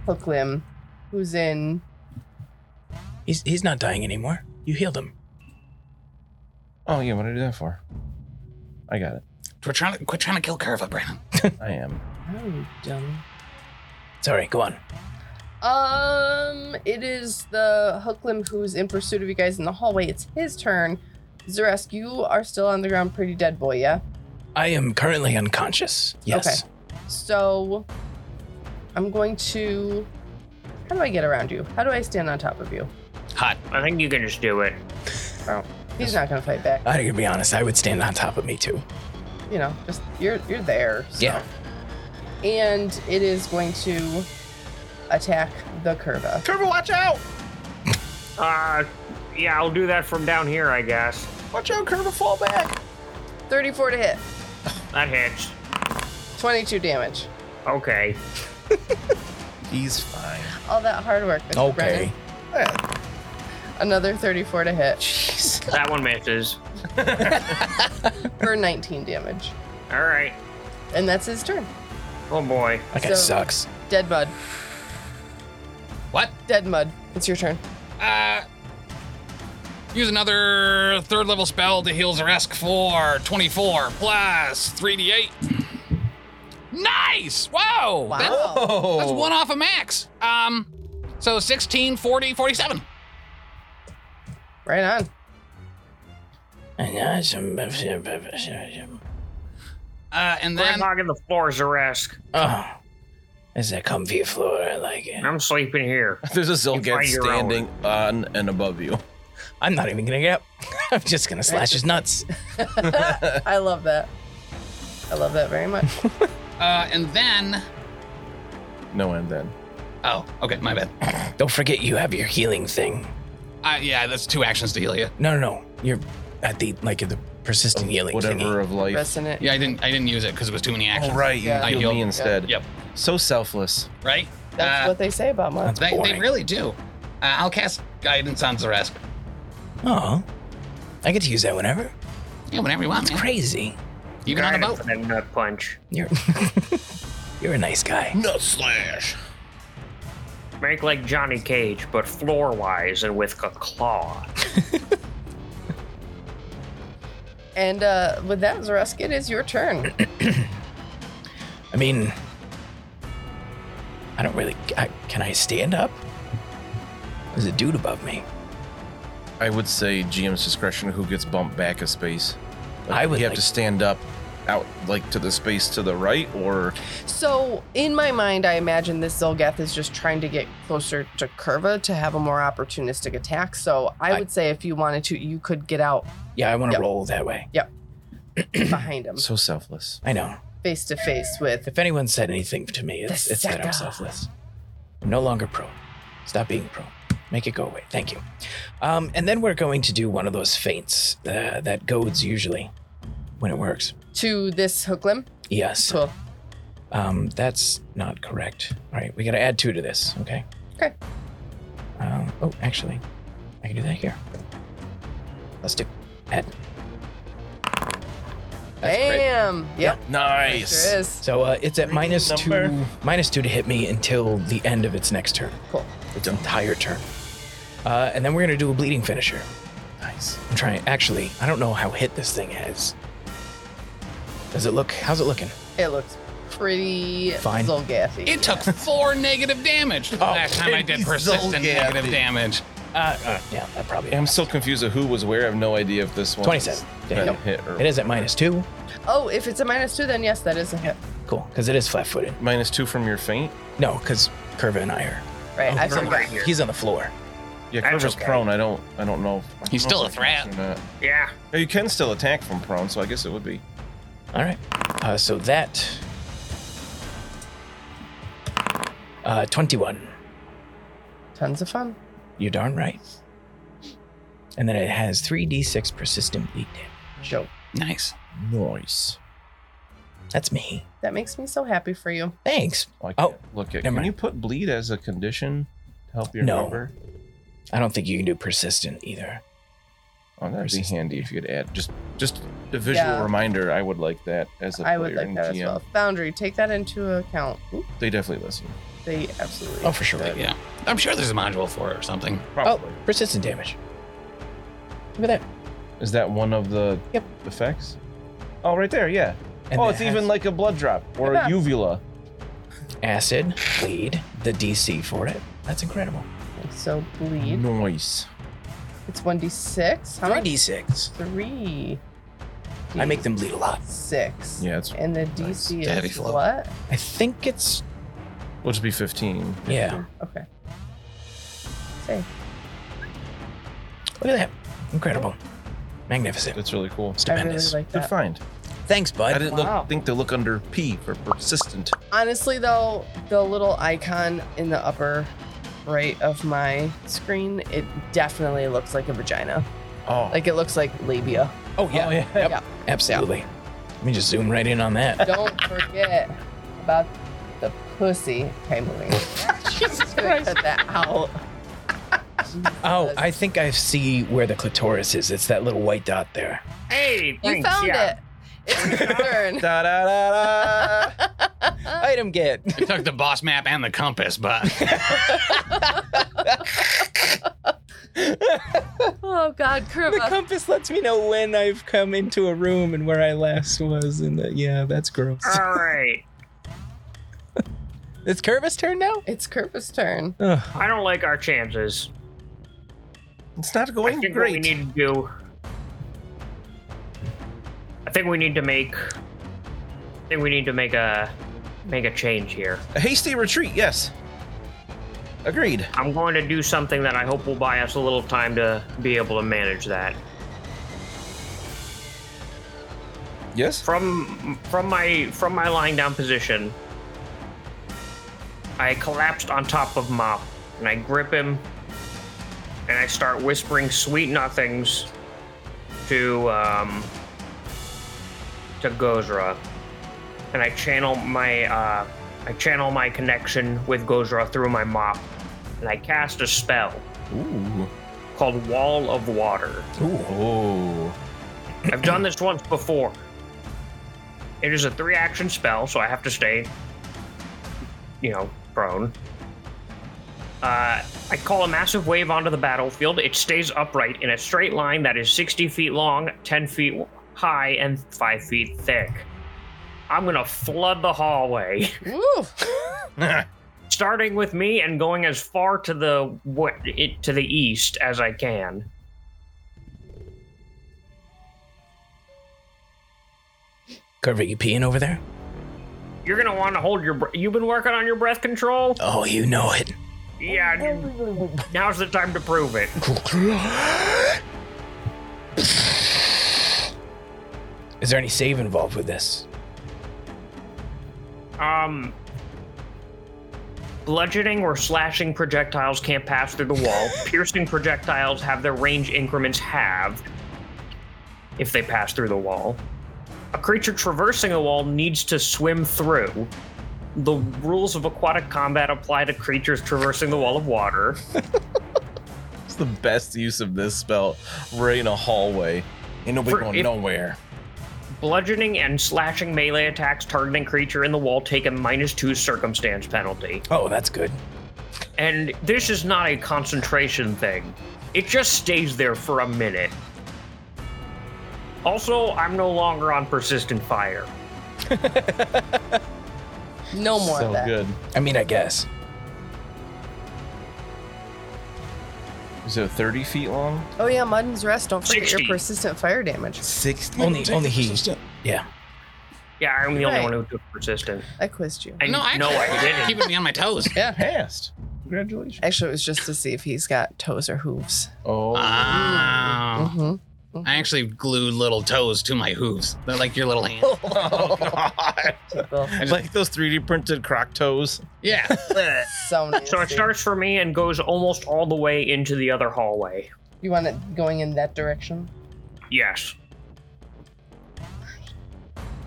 [SPEAKER 1] hook limb, who's in
[SPEAKER 4] He's, he's not dying anymore. You healed him.
[SPEAKER 3] Oh yeah, what did I do that for? I got it.
[SPEAKER 6] We're trying to quit trying to kill Curva, Brandon.
[SPEAKER 3] I <laughs> am.
[SPEAKER 1] oh dumb.
[SPEAKER 4] Sorry, go on.
[SPEAKER 1] Um, it is the hook limb who's in pursuit of you guys in the hallway. It's his turn. Zeresk, you are still on the ground, pretty dead boy, yeah.
[SPEAKER 4] I am currently unconscious. Yes.
[SPEAKER 1] So I'm going to. How do I get around you? How do I stand on top of you?
[SPEAKER 6] Hot.
[SPEAKER 5] I think you can just do it.
[SPEAKER 1] He's not going to fight back.
[SPEAKER 4] I gotta be honest, I would stand on top of me too.
[SPEAKER 1] You know, just you're you're there. so.
[SPEAKER 4] Yeah.
[SPEAKER 1] And it is going to attack the curva.
[SPEAKER 3] Curva, watch out!
[SPEAKER 5] Uh, yeah, I'll do that from down here, I guess.
[SPEAKER 3] Watch out, Curva, fall back!
[SPEAKER 1] 34 to hit,
[SPEAKER 5] That hits.
[SPEAKER 1] 22 damage.
[SPEAKER 5] Okay.
[SPEAKER 3] He's fine.
[SPEAKER 1] All that hard work. Mr. Brennan.
[SPEAKER 4] Okay.
[SPEAKER 1] Another 34 to hit
[SPEAKER 5] That one misses.
[SPEAKER 1] for 19 damage.
[SPEAKER 5] All right.
[SPEAKER 1] And that's his turn.
[SPEAKER 5] Oh boy.
[SPEAKER 4] That guy
[SPEAKER 1] So-
[SPEAKER 4] sucks.
[SPEAKER 1] Dead mud.
[SPEAKER 6] What?
[SPEAKER 1] Dead mud. It's your turn.
[SPEAKER 6] Uh, use another third level spell to heal Zeresk for 24 plus 3d8. Nice! Whoa! That-
[SPEAKER 1] Wow.
[SPEAKER 6] that's one off of max. Um, so 16, 40, 47.
[SPEAKER 1] Right on.
[SPEAKER 4] <laughs>
[SPEAKER 6] Uh, and
[SPEAKER 5] We're
[SPEAKER 6] then
[SPEAKER 5] hogging the floor, Zeresk.
[SPEAKER 4] Oh, it's a comfy floor. I like it.
[SPEAKER 5] I'm sleeping here.
[SPEAKER 3] There's a
[SPEAKER 5] You
[SPEAKER 3] Zilgat
[SPEAKER 5] find your
[SPEAKER 3] standing on and above you.
[SPEAKER 4] I'm not even gonna get up. <laughs> I'm just gonna slash his nuts.
[SPEAKER 1] I love that. I love that very much.
[SPEAKER 6] uh, and then
[SPEAKER 3] No end then.
[SPEAKER 6] oh, okay, my bad.
[SPEAKER 4] Don't forget you have your healing thing.
[SPEAKER 6] Uh, yeah, that's two actions to heal you.
[SPEAKER 4] No, no, no. You're at the like the persistent healing
[SPEAKER 3] Whatever
[SPEAKER 4] thingy.
[SPEAKER 3] of life.
[SPEAKER 1] Rest in it.
[SPEAKER 6] Yeah, I didn't I didn't use it because it was too many
[SPEAKER 3] Oh,
[SPEAKER 6] actions.
[SPEAKER 3] right, you
[SPEAKER 1] Yeah.
[SPEAKER 3] healed
[SPEAKER 6] Ideal.
[SPEAKER 3] me instead.
[SPEAKER 6] Yep.
[SPEAKER 3] So selfless.
[SPEAKER 6] Right?
[SPEAKER 1] That's
[SPEAKER 6] Uh,
[SPEAKER 1] what they say about mud.
[SPEAKER 6] they, they
[SPEAKER 4] boring.
[SPEAKER 6] really do. Uh, I'll cast guidance on Zeresk.
[SPEAKER 4] Oh, I get to use that whenever.
[SPEAKER 6] Yeah, whenever you want,
[SPEAKER 4] It's
[SPEAKER 6] man.
[SPEAKER 4] crazy.
[SPEAKER 6] Even on the boat.
[SPEAKER 5] And then nut punch.
[SPEAKER 4] You're <laughs> you're a nice guy.
[SPEAKER 6] No slash.
[SPEAKER 5] Make like Johnny Cage, but floor wise and with a claw.
[SPEAKER 1] And uh, with that, Zaresk, it is your turn. <clears throat>
[SPEAKER 4] I mean, I don't really. I, can I stand up? There's a dude above me.
[SPEAKER 3] I would say GM's discretion who gets bumped back a space. Like,
[SPEAKER 4] I would
[SPEAKER 3] you have
[SPEAKER 4] like-
[SPEAKER 3] to stand up out like to the space to the right or
[SPEAKER 1] So, in my mind, I imagine this Zolgath is just trying to get closer to Curva to have a more opportunistic attack. So, I
[SPEAKER 4] I-
[SPEAKER 1] would say if you wanted to, you could get out
[SPEAKER 4] Yeah, I want to
[SPEAKER 1] Yep.
[SPEAKER 4] roll that way.
[SPEAKER 1] behind him,
[SPEAKER 3] so selfless.
[SPEAKER 4] I know.
[SPEAKER 1] face to face with.
[SPEAKER 4] If anyone said anything to me, it's,
[SPEAKER 1] The
[SPEAKER 4] it's that I'm
[SPEAKER 1] Sega.
[SPEAKER 4] selfless. I'm no longer pro. Stop being pro. Make it go away. Thank you. Um, and then we're going to do one of those feints uh, that goads usually when it works.
[SPEAKER 1] To this hook limb.
[SPEAKER 4] Yes.
[SPEAKER 1] Cool.
[SPEAKER 4] Um, that's not correct. All right, we got to add two to this. Okay.
[SPEAKER 1] Okay.
[SPEAKER 4] Um, oh, actually, I can do that here. Let's do add. That's great.
[SPEAKER 1] Bam! Yep.
[SPEAKER 3] Nice.
[SPEAKER 1] Sure is.
[SPEAKER 4] So uh, it's at minus two,
[SPEAKER 3] number.
[SPEAKER 4] minus two to hit me until the end of its next turn.
[SPEAKER 1] Cool.
[SPEAKER 4] Its entire turn. Uh, and then we're gonna do a bleeding finisher. Nice. I'm trying. Actually, I don't know how hit this thing has. Does it look? How's it looking?
[SPEAKER 1] It looks pretty
[SPEAKER 4] Fine.
[SPEAKER 1] Zolgassy.
[SPEAKER 6] It took four <laughs> negative damage the last time I did
[SPEAKER 3] he's
[SPEAKER 6] persistent
[SPEAKER 3] Zolgath,
[SPEAKER 6] negative
[SPEAKER 3] dude.
[SPEAKER 6] damage.
[SPEAKER 4] Uh, uh, yeah, that probably.
[SPEAKER 3] I'm still confused of who was where. I have no idea if this one.
[SPEAKER 4] 27. There you
[SPEAKER 3] been
[SPEAKER 4] go.
[SPEAKER 3] hit or
[SPEAKER 4] It is at minus two.
[SPEAKER 1] Oh, if it's a minus two, then yes, that is a hit.
[SPEAKER 4] Cool, because it is flat-footed.
[SPEAKER 3] minus two from your faint.
[SPEAKER 4] No, because Curva and I are.
[SPEAKER 1] Right. I've
[SPEAKER 5] I'm right
[SPEAKER 6] <laughs>
[SPEAKER 1] forgotten.
[SPEAKER 5] here.
[SPEAKER 4] He's on the floor.
[SPEAKER 3] Yeah,
[SPEAKER 5] That's
[SPEAKER 3] Curva's
[SPEAKER 5] okay.
[SPEAKER 3] prone. I don't. I don't know. I don't
[SPEAKER 6] He's
[SPEAKER 3] know
[SPEAKER 6] still
[SPEAKER 3] if
[SPEAKER 6] a
[SPEAKER 3] I can
[SPEAKER 6] threat.
[SPEAKER 3] do that.
[SPEAKER 5] Yeah.
[SPEAKER 3] Yeah, You can still attack from prone, so I guess it would be.
[SPEAKER 4] All right. Uh, so that. Uh, 21.
[SPEAKER 1] Tons of fun.
[SPEAKER 4] You're darn right. And then it has 3d6 persistent bleed damage.
[SPEAKER 1] Joke.
[SPEAKER 6] Nice.
[SPEAKER 4] Nice. That's me.
[SPEAKER 1] That makes me so happy for you.
[SPEAKER 4] Thanks.
[SPEAKER 3] Like,
[SPEAKER 4] Oh,
[SPEAKER 3] look at.
[SPEAKER 4] never
[SPEAKER 3] Can
[SPEAKER 4] mind.
[SPEAKER 3] you put bleed as a condition to help your
[SPEAKER 4] No.
[SPEAKER 3] number?
[SPEAKER 4] I don't think you can do persistent either.
[SPEAKER 3] Oh, that'd be
[SPEAKER 4] Persistent.
[SPEAKER 3] handy if you could add just just a visual
[SPEAKER 1] Yeah.
[SPEAKER 3] reminder. I would like that as a
[SPEAKER 1] I would
[SPEAKER 3] player
[SPEAKER 1] like
[SPEAKER 3] and
[SPEAKER 1] that as
[SPEAKER 3] GM.
[SPEAKER 1] well. Foundry, take that into account. Oop,
[SPEAKER 3] They definitely listen.
[SPEAKER 1] They absolutely.
[SPEAKER 4] Oh, for sure.
[SPEAKER 6] Yeah. I'm sure there's a module for it or something.
[SPEAKER 4] Oh,
[SPEAKER 3] Probably.
[SPEAKER 4] persistent damage. Look at that.
[SPEAKER 5] Oh.
[SPEAKER 3] Is that one of the
[SPEAKER 4] Yep.
[SPEAKER 3] effects? Oh, right there. Yeah.
[SPEAKER 4] And
[SPEAKER 3] oh,
[SPEAKER 4] that
[SPEAKER 3] it's even
[SPEAKER 4] has
[SPEAKER 3] like a blood drop or
[SPEAKER 1] Yeah.
[SPEAKER 3] a uvula.
[SPEAKER 4] acid, bleed, the DC for it. That's incredible.
[SPEAKER 1] So bleed.
[SPEAKER 3] Noise.
[SPEAKER 1] It's 1d6. How much?
[SPEAKER 4] 3d6.
[SPEAKER 1] 3.
[SPEAKER 4] I make them bleed a lot.
[SPEAKER 1] Six.
[SPEAKER 3] Yeah, it's
[SPEAKER 1] And the
[SPEAKER 3] Nice.
[SPEAKER 1] DC
[SPEAKER 6] Heavy
[SPEAKER 1] is
[SPEAKER 6] flow.
[SPEAKER 1] what?
[SPEAKER 4] I think it's.
[SPEAKER 3] We'll just be 15.
[SPEAKER 4] Yeah.
[SPEAKER 1] Okay. Say.
[SPEAKER 4] Look at that. Incredible. Magnificent.
[SPEAKER 3] That's really cool.
[SPEAKER 1] I really
[SPEAKER 4] Stupendous.
[SPEAKER 1] like
[SPEAKER 3] Good
[SPEAKER 1] that.
[SPEAKER 3] find.
[SPEAKER 4] Thanks,
[SPEAKER 3] I
[SPEAKER 4] bud.
[SPEAKER 3] didn't
[SPEAKER 1] Wow.
[SPEAKER 3] look, think to look under P for persistent.
[SPEAKER 1] Honestly, though, the little icon in the upper right of my screen, it definitely looks like a vagina.
[SPEAKER 3] Oh,
[SPEAKER 1] Like it looks like labia.
[SPEAKER 4] Oh, yeah.
[SPEAKER 3] Oh, yeah.
[SPEAKER 4] Yep.
[SPEAKER 1] Yeah.
[SPEAKER 4] Absolutely. Let me just zoom right in
[SPEAKER 1] <laughs>
[SPEAKER 4] on that.
[SPEAKER 1] Don't forget about the pussy. Okay, moving. Jesus Christ. <laughs> Cut that out.
[SPEAKER 4] Oh, I think I see where the clitoris is. It's that little white dot there.
[SPEAKER 5] Hey,
[SPEAKER 1] You
[SPEAKER 5] thanks,
[SPEAKER 1] found
[SPEAKER 5] yeah.
[SPEAKER 1] it. It's your <laughs> turn.
[SPEAKER 3] da da da da.
[SPEAKER 4] Item <laughs> get.
[SPEAKER 6] It took the boss map and the compass, but
[SPEAKER 1] Oh God,
[SPEAKER 4] The
[SPEAKER 1] Kurva.
[SPEAKER 4] compass lets me know when I've come into a room and where I last was. And the, yeah, that's gross.
[SPEAKER 5] All right.
[SPEAKER 4] It's Curvis' turn now?
[SPEAKER 1] It's Kurva's turn.
[SPEAKER 4] Ugh.
[SPEAKER 5] I don't like our chances.
[SPEAKER 3] It's not
[SPEAKER 5] I
[SPEAKER 3] going
[SPEAKER 5] think
[SPEAKER 3] great.
[SPEAKER 5] what we need to do. I think we need to make. I think we need to make a make a change here.
[SPEAKER 3] a hasty retreat, yes. Agreed.
[SPEAKER 5] I'm going to do something that I hope will buy us a little time to be able to manage that.
[SPEAKER 3] Yes?
[SPEAKER 5] From from my from my lying down position, I collapsed on top of Mop, and I grip him, and I start whispering sweet nothings to um to Gozra, and I channel my uh I channel my connection with Gozra through my mop, and I cast a spell
[SPEAKER 3] Ooh.
[SPEAKER 5] called Wall of Water.
[SPEAKER 3] Ooh.
[SPEAKER 5] I've done this once before. It is a three action spell, so I have to stay, you know, prone. Uh, I call a massive wave onto the battlefield. It stays upright in a straight line that is 60 feet long, 10 feet high, and 5 feet thick. I'm gonna flood the hallway, <laughs>
[SPEAKER 1] Woo!
[SPEAKER 3] oh. <laughs>
[SPEAKER 5] starting with me and going as far to the what it, to the east as I can.
[SPEAKER 4] Curva, you peeing over there?
[SPEAKER 5] You're gonna want to hold your. Br- You've been working on your breath control.
[SPEAKER 4] Oh, you know it.
[SPEAKER 5] Yeah, dude, now's the time to prove it.
[SPEAKER 4] Is there any save involved with this?
[SPEAKER 5] Um, bludgeoning or slashing projectiles can't pass through the wall. Piercing projectiles have their range increments halved if they pass through the wall. A creature traversing a wall needs to swim through. the rules of aquatic combat apply to creatures traversing the wall of water.
[SPEAKER 3] It's the best use of this spell right in a hallway. Ain't nobody
[SPEAKER 5] For
[SPEAKER 3] going
[SPEAKER 5] if-
[SPEAKER 3] nowhere.
[SPEAKER 5] Bludgeoning and slashing melee attacks targeting creature in the wall take a minus two circumstance penalty.
[SPEAKER 4] Oh, that's good.
[SPEAKER 5] And this is not a concentration thing. It just stays there for a minute. Also, I'm no longer on persistent fire.
[SPEAKER 1] No more
[SPEAKER 3] so
[SPEAKER 1] of that.
[SPEAKER 3] good.
[SPEAKER 4] I mean, I guess.
[SPEAKER 3] Is it 30 feet long?
[SPEAKER 1] Oh yeah, mud and rest. Don't forget
[SPEAKER 5] 60.
[SPEAKER 1] your persistent fire damage.
[SPEAKER 3] 60?
[SPEAKER 4] Only, only he. Yeah.
[SPEAKER 5] Yeah, I'm the only
[SPEAKER 1] Right.
[SPEAKER 5] one who took persistent.
[SPEAKER 1] I quizzed you.
[SPEAKER 5] And
[SPEAKER 6] No,
[SPEAKER 5] no,
[SPEAKER 6] actually,
[SPEAKER 2] <laughs>
[SPEAKER 5] I didn't.
[SPEAKER 6] keeping me on my toes.
[SPEAKER 3] Passed. Congratulations.
[SPEAKER 1] Actually, it was just to see if he's got toes or hooves.
[SPEAKER 3] Oh.
[SPEAKER 2] <laughs>
[SPEAKER 6] Wow.
[SPEAKER 1] hmm
[SPEAKER 6] I actually glued little toes to my hooves. They're like your little hand.
[SPEAKER 3] <laughs>
[SPEAKER 5] <laughs>
[SPEAKER 1] Typical.
[SPEAKER 3] like those 3D printed croc toes.
[SPEAKER 6] Yeah.
[SPEAKER 1] so nasty.
[SPEAKER 5] So it starts for me and goes almost all the way into the other hallway.
[SPEAKER 1] You want it going in that direction?
[SPEAKER 5] Yes.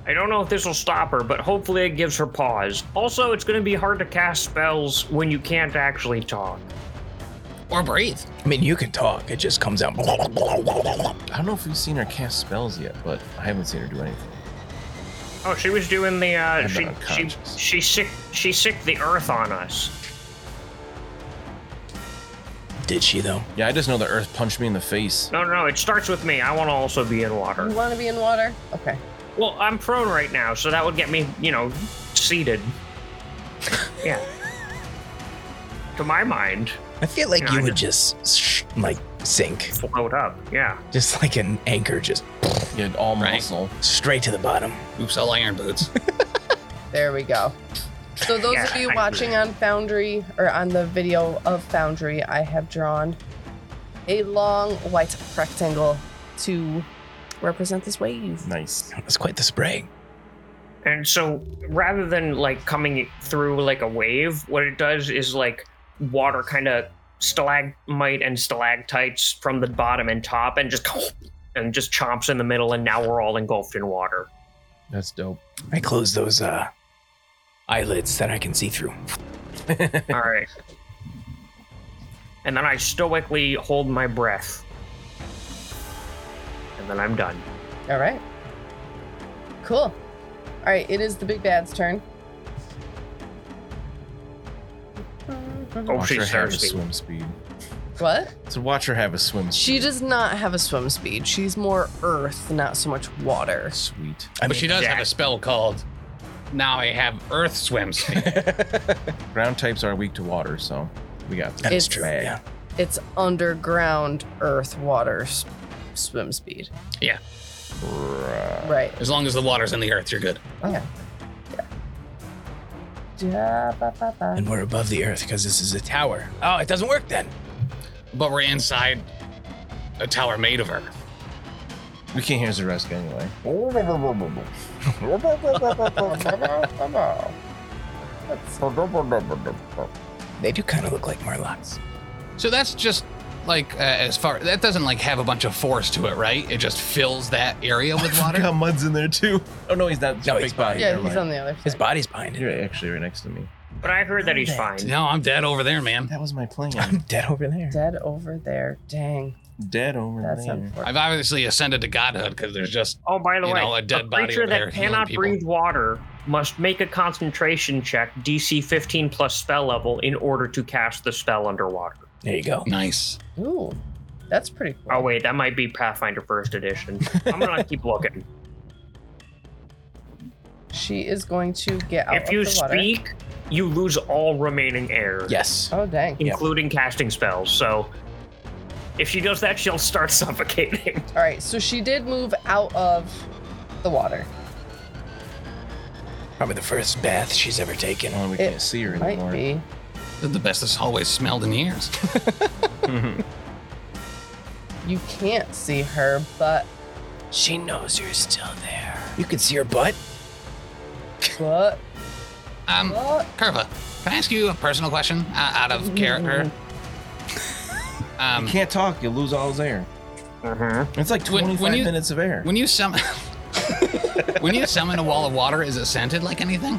[SPEAKER 5] I don't know if this will stop her, but hopefully it gives her pause. Also, it's going to be hard to cast spells when you can't actually talk.
[SPEAKER 6] Or breathe.
[SPEAKER 4] I mean, you can talk. It just comes out.
[SPEAKER 3] I don't know if we've seen her cast spells yet, but I haven't seen her do anything.
[SPEAKER 5] Oh, she was doing the uh,
[SPEAKER 3] I'm
[SPEAKER 5] she
[SPEAKER 3] not
[SPEAKER 5] she
[SPEAKER 3] unconscious.
[SPEAKER 5] she sick she sicked the earth on us.
[SPEAKER 4] Did she though?
[SPEAKER 3] Yeah, I just know the earth punched me in the face.
[SPEAKER 5] No, no, no. It starts with me. I want to also be in
[SPEAKER 1] You
[SPEAKER 5] water.
[SPEAKER 1] want to be in water? Okay.
[SPEAKER 5] Well, I'm prone right now, so that would get me, you know, seated. Yeah. to my mind,
[SPEAKER 4] I feel like
[SPEAKER 5] Yeah,
[SPEAKER 4] you
[SPEAKER 5] I
[SPEAKER 4] would just sh- like sink,
[SPEAKER 5] float up. Yeah.
[SPEAKER 4] just like an anchor, just
[SPEAKER 3] You had all
[SPEAKER 6] Right.
[SPEAKER 3] muscle.
[SPEAKER 4] straight to the bottom.
[SPEAKER 6] Oops, all iron boots.
[SPEAKER 1] There we go. So those
[SPEAKER 5] Yeah,
[SPEAKER 1] of you
[SPEAKER 5] I agree.
[SPEAKER 1] watching on Foundry or on the video of Foundry, I have drawn a long white rectangle to represent this wave.
[SPEAKER 3] Nice.
[SPEAKER 4] That's quite the spray.
[SPEAKER 5] And so rather than like coming through like a wave, what it does is like water kind of stalagmite and stalactites from the bottom and top and just and just chomps in the middle and now we're all engulfed in water.
[SPEAKER 3] That's dope.
[SPEAKER 4] I close those uh, eyelids that I can see through.
[SPEAKER 5] <laughs> All right. And then I stoically hold my breath. And then I'm done.
[SPEAKER 1] All right. Cool. All right, it is the big bad's turn.
[SPEAKER 5] Oh,
[SPEAKER 3] watch her
[SPEAKER 5] she's
[SPEAKER 3] have a
[SPEAKER 5] thirsty.
[SPEAKER 3] swim speed.
[SPEAKER 1] What?
[SPEAKER 3] So watch her have a swim speed.
[SPEAKER 1] She does not have a swim speed. She's more earth, not so much water.
[SPEAKER 3] Sweet.
[SPEAKER 4] I
[SPEAKER 6] But she does have a spell called Now I Have Earth Swim Speed.
[SPEAKER 3] Ground types are weak to water, so we got this.
[SPEAKER 4] that's
[SPEAKER 1] It's-
[SPEAKER 4] true. Yeah.
[SPEAKER 1] It's underground earth water s- swim speed.
[SPEAKER 6] Yeah.
[SPEAKER 1] Right.
[SPEAKER 6] As long as the water's in the earth, you're good.
[SPEAKER 1] Oh, Da- ba- ba- ba.
[SPEAKER 4] And we're above the earth because this is a tower. Oh, it doesn't work then.
[SPEAKER 6] But we're inside a tower made of earth.
[SPEAKER 3] We can't hear Zaresk anyway.
[SPEAKER 4] They do kind of look like Marlocks.
[SPEAKER 6] So that's just like uh, as far that doesn't like have a bunch of force to it, right? It just fills that area with
[SPEAKER 3] Water?
[SPEAKER 6] water.
[SPEAKER 3] got Mud's in there too. Oh no, he's not.
[SPEAKER 4] No,
[SPEAKER 3] big
[SPEAKER 4] he's
[SPEAKER 3] body.
[SPEAKER 1] Yeah,
[SPEAKER 3] Never
[SPEAKER 1] he's
[SPEAKER 3] mind.
[SPEAKER 1] on the other
[SPEAKER 4] His
[SPEAKER 1] side.
[SPEAKER 4] body's behind it.
[SPEAKER 3] You're actually right next to me.
[SPEAKER 5] But I heard that he's fine.
[SPEAKER 6] no, I'm dead over there, man.
[SPEAKER 3] That was my
[SPEAKER 1] <laughs>
[SPEAKER 4] I'm
[SPEAKER 3] plan.
[SPEAKER 4] dead over there.
[SPEAKER 1] Dead over there. Dang.
[SPEAKER 3] Dead over
[SPEAKER 1] That's
[SPEAKER 3] there.
[SPEAKER 1] unfortunate.
[SPEAKER 6] I've obviously ascended to godhood because there's just
[SPEAKER 5] Oh, by the
[SPEAKER 6] You
[SPEAKER 5] way,
[SPEAKER 6] know, a dead body
[SPEAKER 5] creature
[SPEAKER 6] over there
[SPEAKER 5] that
[SPEAKER 6] healing
[SPEAKER 5] cannot
[SPEAKER 6] people.
[SPEAKER 5] breathe water must make a concentration check, DC 15 plus spell level, in order to cast the spell underwater.
[SPEAKER 4] There you go.
[SPEAKER 6] nice.
[SPEAKER 1] Ooh, that's pretty cool.
[SPEAKER 5] Oh wait, that might be Pathfinder First Edition. I'm gonna
[SPEAKER 6] <laughs>
[SPEAKER 5] keep looking.
[SPEAKER 1] She is going to get
[SPEAKER 6] Oh,
[SPEAKER 1] out
[SPEAKER 5] if
[SPEAKER 1] of
[SPEAKER 5] you
[SPEAKER 1] the water.
[SPEAKER 5] speak, you lose all remaining air,
[SPEAKER 4] Yes.
[SPEAKER 1] Oh dang.
[SPEAKER 5] including casting spells. So if she does that, she'll start <laughs> suffocating.
[SPEAKER 1] All right, so she did move out of the water.
[SPEAKER 4] Probably the first bath she's ever taken.
[SPEAKER 3] Oh, we
[SPEAKER 1] It
[SPEAKER 3] can't see her
[SPEAKER 1] Might
[SPEAKER 3] anymore.
[SPEAKER 1] be.
[SPEAKER 6] This is the best this hallway smelled in years.
[SPEAKER 1] You can't see her, but
[SPEAKER 4] She knows you're still there. You can see her butt.
[SPEAKER 1] but
[SPEAKER 6] Um,
[SPEAKER 1] but
[SPEAKER 6] Curva, can I ask you a personal question uh, out of character?
[SPEAKER 3] You
[SPEAKER 6] Um,
[SPEAKER 3] can't talk. You lose all his air.
[SPEAKER 1] Mm-hmm.
[SPEAKER 3] It's like
[SPEAKER 6] When- when
[SPEAKER 3] 25
[SPEAKER 6] you-
[SPEAKER 3] minutes of air.
[SPEAKER 6] when you <laughs> summon when you summon a wall of water, is it scented like anything?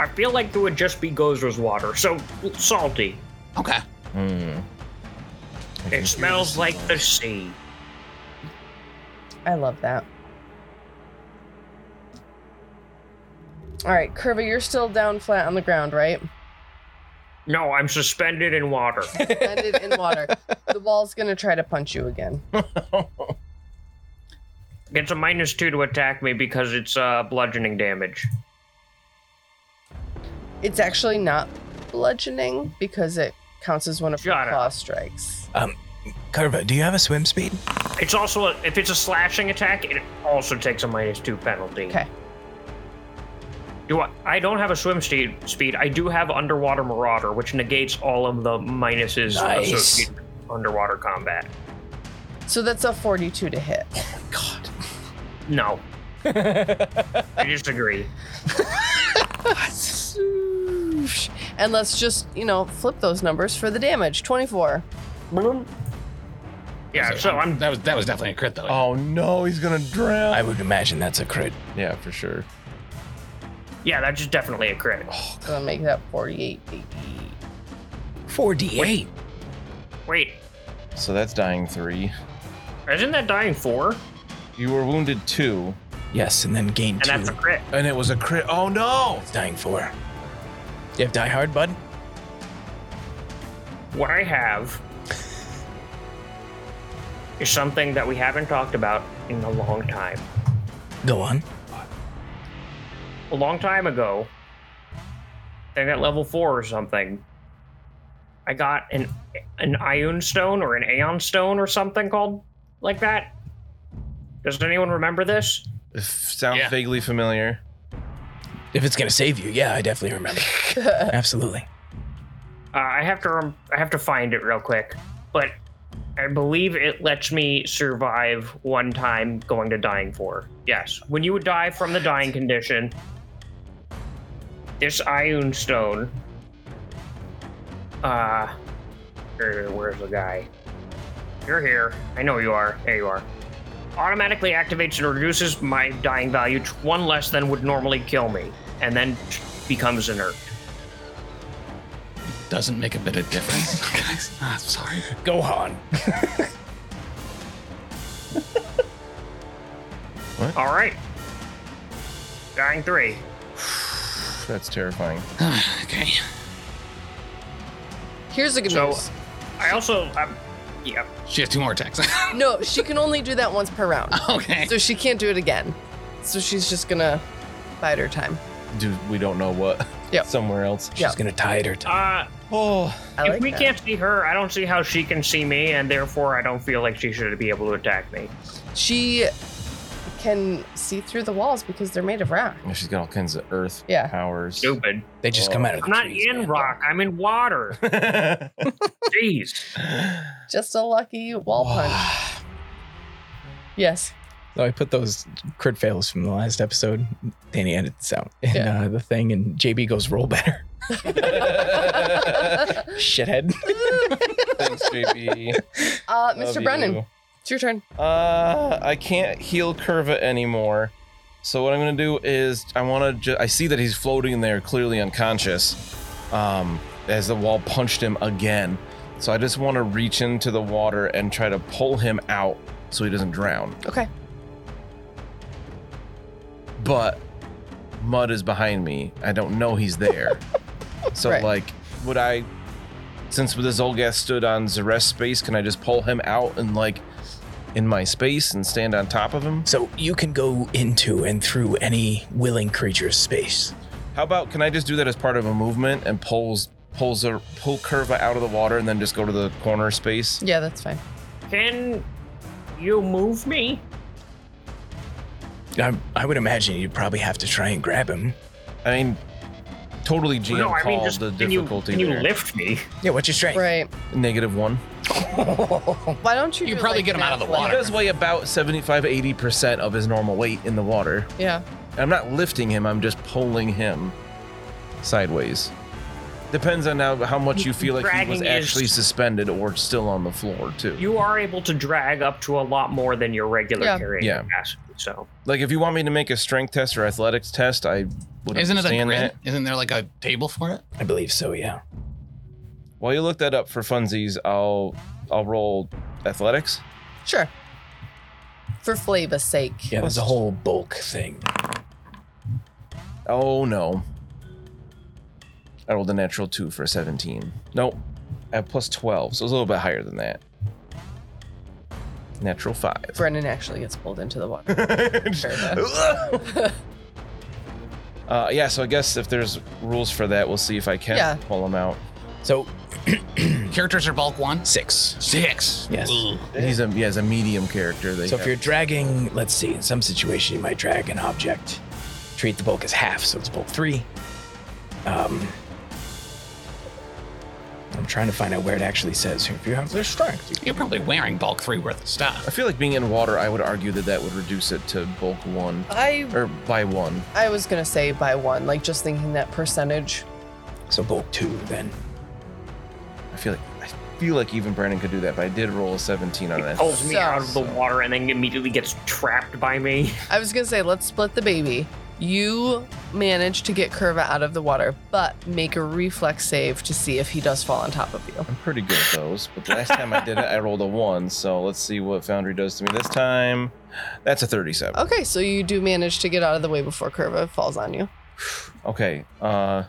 [SPEAKER 5] I feel like it would just be Gozer's water, so salty.
[SPEAKER 6] Okay.
[SPEAKER 5] It smells like the sea.
[SPEAKER 1] I love that. All right, Curva, you're still down flat on the ground, right?
[SPEAKER 5] No, I'm suspended in water.
[SPEAKER 1] Suspended in water. The wall's gonna try to punch you again.
[SPEAKER 5] It's a minus two to attack me because it's uh, bludgeoning damage.
[SPEAKER 1] It's actually not bludgeoning because it counts as one of your
[SPEAKER 5] Shut up.
[SPEAKER 1] claw strikes.
[SPEAKER 4] Curva, Um, do you have a swim speed?
[SPEAKER 5] It's also a, if it's a slashing attack, it also takes a minus two penalty.
[SPEAKER 1] Okay.
[SPEAKER 5] Do I? I don't have a swim speed. Speed. I do have underwater marauder, which negates all of the minuses
[SPEAKER 4] Nice.
[SPEAKER 5] associated with underwater combat.
[SPEAKER 1] So that's a 42 to hit.
[SPEAKER 4] God.
[SPEAKER 5] No. I disagree.
[SPEAKER 1] Oosh. And let's just, you know, flip those numbers for the damage. 24.
[SPEAKER 5] Yeah. Uh, So I'm.
[SPEAKER 6] That was that was definitely a crit though.
[SPEAKER 3] Oh no, he's gonna drown.
[SPEAKER 4] I would imagine that's a crit.
[SPEAKER 3] yeah, for sure.
[SPEAKER 5] Yeah, that's just definitely a crit.
[SPEAKER 1] Gonna make that 48. baby.
[SPEAKER 4] 4d8.
[SPEAKER 5] Wait,
[SPEAKER 3] So that's dying three.
[SPEAKER 5] isn't that dying four?
[SPEAKER 3] You were wounded two,
[SPEAKER 4] Yes, and then gain
[SPEAKER 5] And
[SPEAKER 4] two.
[SPEAKER 5] that's a crit.
[SPEAKER 3] and it was a crit. Oh no!
[SPEAKER 4] Dying four. You have die hard, bud?
[SPEAKER 5] What I have is something that we haven't talked about in a long time.
[SPEAKER 4] Go on.
[SPEAKER 5] A long time ago, I think at level four or something, I got an an Ion Stone or an Aeon Stone or something called like that. Does anyone remember this?
[SPEAKER 3] If sounds
[SPEAKER 6] Yeah.
[SPEAKER 3] vaguely familiar.
[SPEAKER 4] If it's gonna save you, yeah, I definitely remember. Absolutely.
[SPEAKER 5] Uh, I have to rem- I have to find it real quick, but I believe it lets me survive one time going to dying four. Yes, when you would die from the dying condition, this ion stone. Uh, where- where's the guy? You're here. I know you are. There you are. Automatically activates and reduces my dying value to one less than would normally kill me, and then becomes inert.
[SPEAKER 6] Doesn't make a bit of
[SPEAKER 4] <laughs>
[SPEAKER 6] difference. Guys, <laughs> ah, I'm sorry. <sighs>
[SPEAKER 4] Go on.
[SPEAKER 5] All right. Dying three.
[SPEAKER 3] That's terrifying.
[SPEAKER 6] okay.
[SPEAKER 1] <laughs> Here's the good
[SPEAKER 5] So-
[SPEAKER 1] news.
[SPEAKER 5] I also, um, yeah,
[SPEAKER 6] She has two more attacks. <laughs>
[SPEAKER 1] No, she can only do that once per round.
[SPEAKER 6] okay.
[SPEAKER 1] So she can't do it again. So she's just gonna bide her time.
[SPEAKER 3] Dude, we don't know what.
[SPEAKER 1] Yep.
[SPEAKER 3] <laughs> Somewhere else.
[SPEAKER 4] She's gonna tie it or tie.
[SPEAKER 5] uh,
[SPEAKER 3] Oh,
[SPEAKER 1] I
[SPEAKER 5] if
[SPEAKER 1] like
[SPEAKER 5] we
[SPEAKER 1] that.
[SPEAKER 5] can't see her, I don't see how she can see me, and therefore I don't feel like she should be able to attack me.
[SPEAKER 1] She can see through the walls because they're made of rock.
[SPEAKER 3] Yeah, she's got all kinds of earth
[SPEAKER 1] Yeah.
[SPEAKER 3] powers. <laughs>
[SPEAKER 5] Stupid.
[SPEAKER 4] They just come out of the
[SPEAKER 5] I'm not
[SPEAKER 4] trees,
[SPEAKER 5] in
[SPEAKER 4] man.
[SPEAKER 5] rock. I'm in water. Jeez.
[SPEAKER 1] Just a lucky wall punch.
[SPEAKER 6] <laughs>
[SPEAKER 1] Yes.
[SPEAKER 4] No, Oh, I put those crit fails from the last episode. Danny edits this out in
[SPEAKER 1] Yeah.
[SPEAKER 4] uh, the thing, and JB goes roll better. <laughs>
[SPEAKER 3] Thanks,
[SPEAKER 4] Shithead.
[SPEAKER 3] JB.
[SPEAKER 1] Uh,
[SPEAKER 3] Love
[SPEAKER 1] Mr. Brennan,
[SPEAKER 3] you.
[SPEAKER 1] it's your turn.
[SPEAKER 3] Uh, I can't heal Curva anymore. So what I'm gonna do is I want to. Ju- I see that he's floating in there, clearly unconscious. Um, as the wall punched him again. So I just want to reach into the water and try to pull him out so he doesn't drown.
[SPEAKER 1] Okay.
[SPEAKER 3] But mud is behind me. I don't know he's there. so
[SPEAKER 1] Right.
[SPEAKER 3] like, would I? Since this old guy stood on Zarest space, can I just pull him out and like in my space and stand on top of him?
[SPEAKER 4] <laughs> So you can go into and through any willing creature's space.
[SPEAKER 3] How about can I just do that as part of a movement and pulls pulls a pull curva out of the water and then just go to the corner space?
[SPEAKER 1] Yeah, that's fine.
[SPEAKER 5] Can you move me?
[SPEAKER 4] I, I would imagine you'd probably have to try and grab him.
[SPEAKER 3] I mean, totally GM
[SPEAKER 5] no, I mean
[SPEAKER 3] called
[SPEAKER 5] just
[SPEAKER 3] the
[SPEAKER 5] can you
[SPEAKER 3] difficulty
[SPEAKER 5] can you
[SPEAKER 3] there.
[SPEAKER 5] lift me?
[SPEAKER 4] Yeah, what's your strength?
[SPEAKER 1] Right.
[SPEAKER 3] Negative one.
[SPEAKER 1] Why don't you?
[SPEAKER 6] You
[SPEAKER 1] do,
[SPEAKER 6] probably
[SPEAKER 1] like,
[SPEAKER 6] get him out of the
[SPEAKER 1] an athletic-
[SPEAKER 3] He does weigh about 75 80% of his normal weight in the water.
[SPEAKER 1] Yeah.
[SPEAKER 3] I'm not lifting him, I'm just pulling him sideways. Depends on how, how much you feel like he was
[SPEAKER 5] Dragging is-
[SPEAKER 3] actually suspended or still on the floor, too.
[SPEAKER 5] You are able to drag up to a lot more than your regular
[SPEAKER 1] Yeah.
[SPEAKER 5] carrying
[SPEAKER 3] Yeah.
[SPEAKER 5] capacity. So
[SPEAKER 3] Like, if you want me to make a strength test or athletics test, I would
[SPEAKER 6] Isn't it a
[SPEAKER 3] understand
[SPEAKER 6] grid?
[SPEAKER 3] that.
[SPEAKER 6] Isn't there like a table for it?
[SPEAKER 4] I believe so, yeah.
[SPEAKER 3] While you look that up for funsies, I'll I'll roll athletics.
[SPEAKER 1] Sure. For flavor's sake.
[SPEAKER 4] Yeah, there's a whole bulk thing.
[SPEAKER 3] Oh no. I rolled a natural two for a 17. Nope. At plus 12, so it's a little bit higher than that. Natural five.
[SPEAKER 1] Brennan actually gets pulled into the
[SPEAKER 6] <laughs>
[SPEAKER 1] water.
[SPEAKER 3] <laughs> uh, yeah, so I guess if there's rules for that, we'll see if I can
[SPEAKER 1] Yeah.
[SPEAKER 3] pull them out.
[SPEAKER 4] So
[SPEAKER 6] Characters are bulk one.
[SPEAKER 4] six.
[SPEAKER 6] Six.
[SPEAKER 4] Yes.
[SPEAKER 6] Ugh.
[SPEAKER 3] He's a yeah, he's a medium character. They
[SPEAKER 4] So if
[SPEAKER 3] have.
[SPEAKER 4] you're dragging, let's see, in some situation you might drag an object. Treat the bulk as half, so it's bulk three. Um, I'm trying to find out where it actually says here. If you have their strength, you
[SPEAKER 6] You're probably wearing bulk three worth of
[SPEAKER 3] I
[SPEAKER 6] stuff.
[SPEAKER 3] feel like being in water, I would argue that that would reduce it to bulk one
[SPEAKER 1] I
[SPEAKER 3] or by one.
[SPEAKER 1] I was gonna say by one, like just thinking that percentage.
[SPEAKER 4] can- so bulk two then.
[SPEAKER 3] I feel like I feel like even Brandon could do that, but I did roll a 17 on
[SPEAKER 4] Oh.
[SPEAKER 3] that.
[SPEAKER 5] pulls me
[SPEAKER 1] So-
[SPEAKER 5] out of the water and then immediately gets trapped by me.
[SPEAKER 1] I was gonna say let's split the baby. You manage to get Curva out of the water, but make a reflex save to see if he does fall on top of you.
[SPEAKER 3] I'm pretty good at those, but the last time I did it, I rolled a one. So let's see what Foundry does to me this time. That's a 37.
[SPEAKER 1] Okay, so you do manage to get out of the way before Curva falls on you.
[SPEAKER 3] Okay. Uh,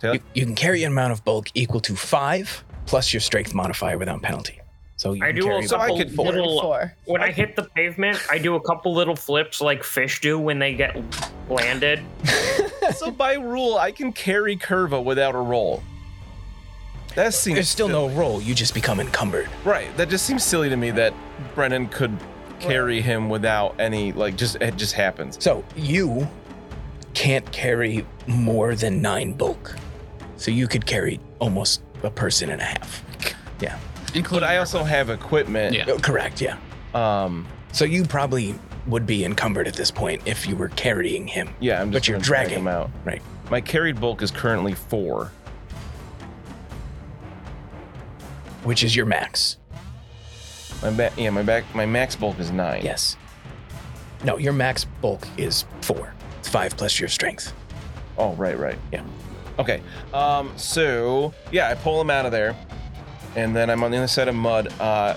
[SPEAKER 3] Taylor?
[SPEAKER 4] You, you can carry an amount of bulk equal to five plus your strength modifier without penalty. So you
[SPEAKER 5] I
[SPEAKER 4] can
[SPEAKER 5] do
[SPEAKER 4] carry
[SPEAKER 5] also
[SPEAKER 3] I could
[SPEAKER 5] have a little. uh,
[SPEAKER 1] Four.
[SPEAKER 5] When I hit the pavement, I do a couple little flips like fish do when they get landed.
[SPEAKER 3] so by rule, I can carry Curva without a roll. That seems
[SPEAKER 4] There's still no roll. You just become encumbered.
[SPEAKER 3] right. That just seems silly to me that Brennan could carry him without any like just it just happens.
[SPEAKER 4] So you can't carry more than nine bulk. So you could carry almost a person and a half.
[SPEAKER 3] But
[SPEAKER 6] Including
[SPEAKER 3] I also have equipment.
[SPEAKER 6] Yeah.
[SPEAKER 4] Oh, correct, yeah.
[SPEAKER 3] Um.
[SPEAKER 4] So you probably would be encumbered at this point if you were carrying him.
[SPEAKER 3] Yeah. I'm just.
[SPEAKER 4] But you're
[SPEAKER 3] gonna drag
[SPEAKER 4] dragging.
[SPEAKER 3] him out.
[SPEAKER 4] Right.
[SPEAKER 3] My carried bulk is currently four.
[SPEAKER 4] Which is your max.
[SPEAKER 3] My ba- yeah. My back. My max bulk is nine.
[SPEAKER 4] Yes. No, your max bulk is four. It's five plus your strength.
[SPEAKER 3] Oh, right, right.
[SPEAKER 4] Yeah.
[SPEAKER 3] Okay. Um, so yeah, I pull him out of there, and then I'm on the other side of mud. Uh,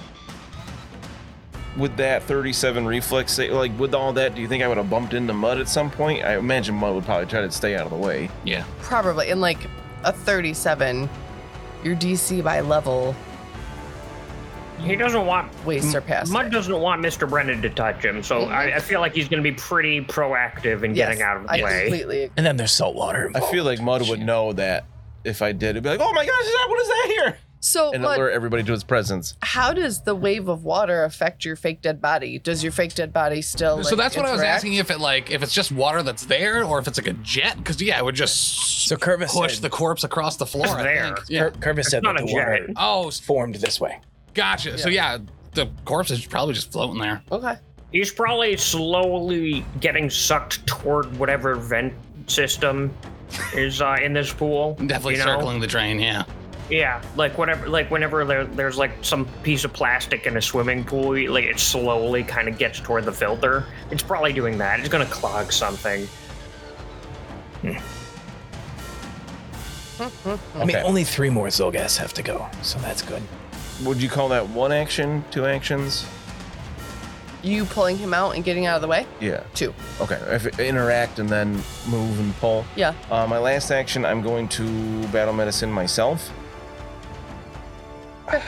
[SPEAKER 3] with that 37 reflex, say- like with all that, do you think I would have bumped into mud at some point? I imagine mud would probably try to stay out of the way.
[SPEAKER 6] Yeah.
[SPEAKER 1] Probably in like a 37, your DC by level
[SPEAKER 5] He doesn't want.
[SPEAKER 1] way surpassed. it.
[SPEAKER 5] Mud
[SPEAKER 1] Mm-hmm.
[SPEAKER 5] doesn't want Mr. Brennan to touch him, so I, I feel like he's going to be pretty proactive in
[SPEAKER 1] Yes,
[SPEAKER 5] getting out of the
[SPEAKER 1] I
[SPEAKER 5] way.
[SPEAKER 1] completely agree.
[SPEAKER 4] And then there's salt water.
[SPEAKER 3] I feel like mud would know that if I did, it'd be like, "Oh my gosh, is that what is that here?"
[SPEAKER 1] So,
[SPEAKER 3] And
[SPEAKER 1] but
[SPEAKER 3] alert everybody to its presence.
[SPEAKER 1] how does the wave of water affect your fake dead body? Does your fake dead body still?
[SPEAKER 6] So
[SPEAKER 1] like,
[SPEAKER 6] that's what I was
[SPEAKER 1] interact?
[SPEAKER 6] asking if it like if it's just water that's there or if it's like a jet because yeah it would just
[SPEAKER 4] So Curvis
[SPEAKER 6] push
[SPEAKER 4] said,
[SPEAKER 6] the corpse across the floor. I
[SPEAKER 5] there.
[SPEAKER 6] think. Yeah.
[SPEAKER 4] Cur- Curvis said
[SPEAKER 5] not
[SPEAKER 4] that
[SPEAKER 5] a
[SPEAKER 4] the water
[SPEAKER 5] jet.
[SPEAKER 6] Oh, s-
[SPEAKER 4] formed this way.
[SPEAKER 6] gotcha. So yeah, the corpse is probably just floating there.
[SPEAKER 1] Okay.
[SPEAKER 5] He's probably slowly getting sucked toward whatever vent system is uh, in this pool.
[SPEAKER 6] Definitely
[SPEAKER 5] you know?
[SPEAKER 6] circling the drain. Yeah.
[SPEAKER 5] Yeah, like whatever, like whenever there, there's like some piece of plastic in a swimming pool, you- like it slowly kind of gets toward the filter. It's probably doing that. It's gonna clog something.
[SPEAKER 4] I mean,
[SPEAKER 3] Okay.
[SPEAKER 4] only three more Zolgas have to go, so that's good.
[SPEAKER 3] Would you call that one action, two actions?
[SPEAKER 1] You pulling him out and getting out of the way?
[SPEAKER 3] Yeah.
[SPEAKER 1] Two.
[SPEAKER 3] Okay. If interact and then move and pull.
[SPEAKER 1] Yeah.
[SPEAKER 3] Uh, my last action, I'm going to battle medicine myself. I'm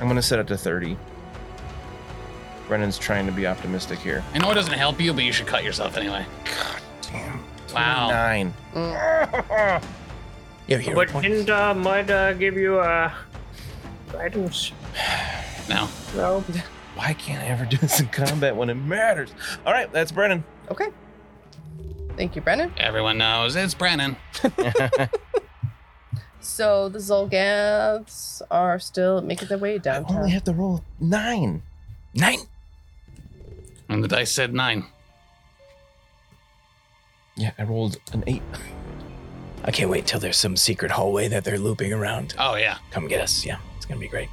[SPEAKER 3] going to set it to 30. Brennan's trying to be optimistic here.
[SPEAKER 6] I know it doesn't help you, but you should cut yourself anyway.
[SPEAKER 3] Damn.
[SPEAKER 2] Oh.
[SPEAKER 6] Wow.
[SPEAKER 3] Nine.
[SPEAKER 4] You have hero
[SPEAKER 5] But
[SPEAKER 4] points.
[SPEAKER 5] didn't uh, Mud uh, give you uh, items?
[SPEAKER 6] No.
[SPEAKER 5] No.
[SPEAKER 3] Why can't I ever do this in combat when it matters? All right, that's Brennan.
[SPEAKER 1] Okay. Thank you, Brennan.
[SPEAKER 6] Everyone knows it's Brennan.
[SPEAKER 1] So the Zolgaths are still making their way
[SPEAKER 3] I only
[SPEAKER 1] downtown.
[SPEAKER 3] have to roll nine.
[SPEAKER 4] Nine.
[SPEAKER 6] And the dice said nine.
[SPEAKER 3] Yeah, I rolled an eight.
[SPEAKER 4] I can't wait till there's some secret hallway that they're looping around.
[SPEAKER 6] Oh yeah.
[SPEAKER 4] Come get us. Yeah, it's gonna be great.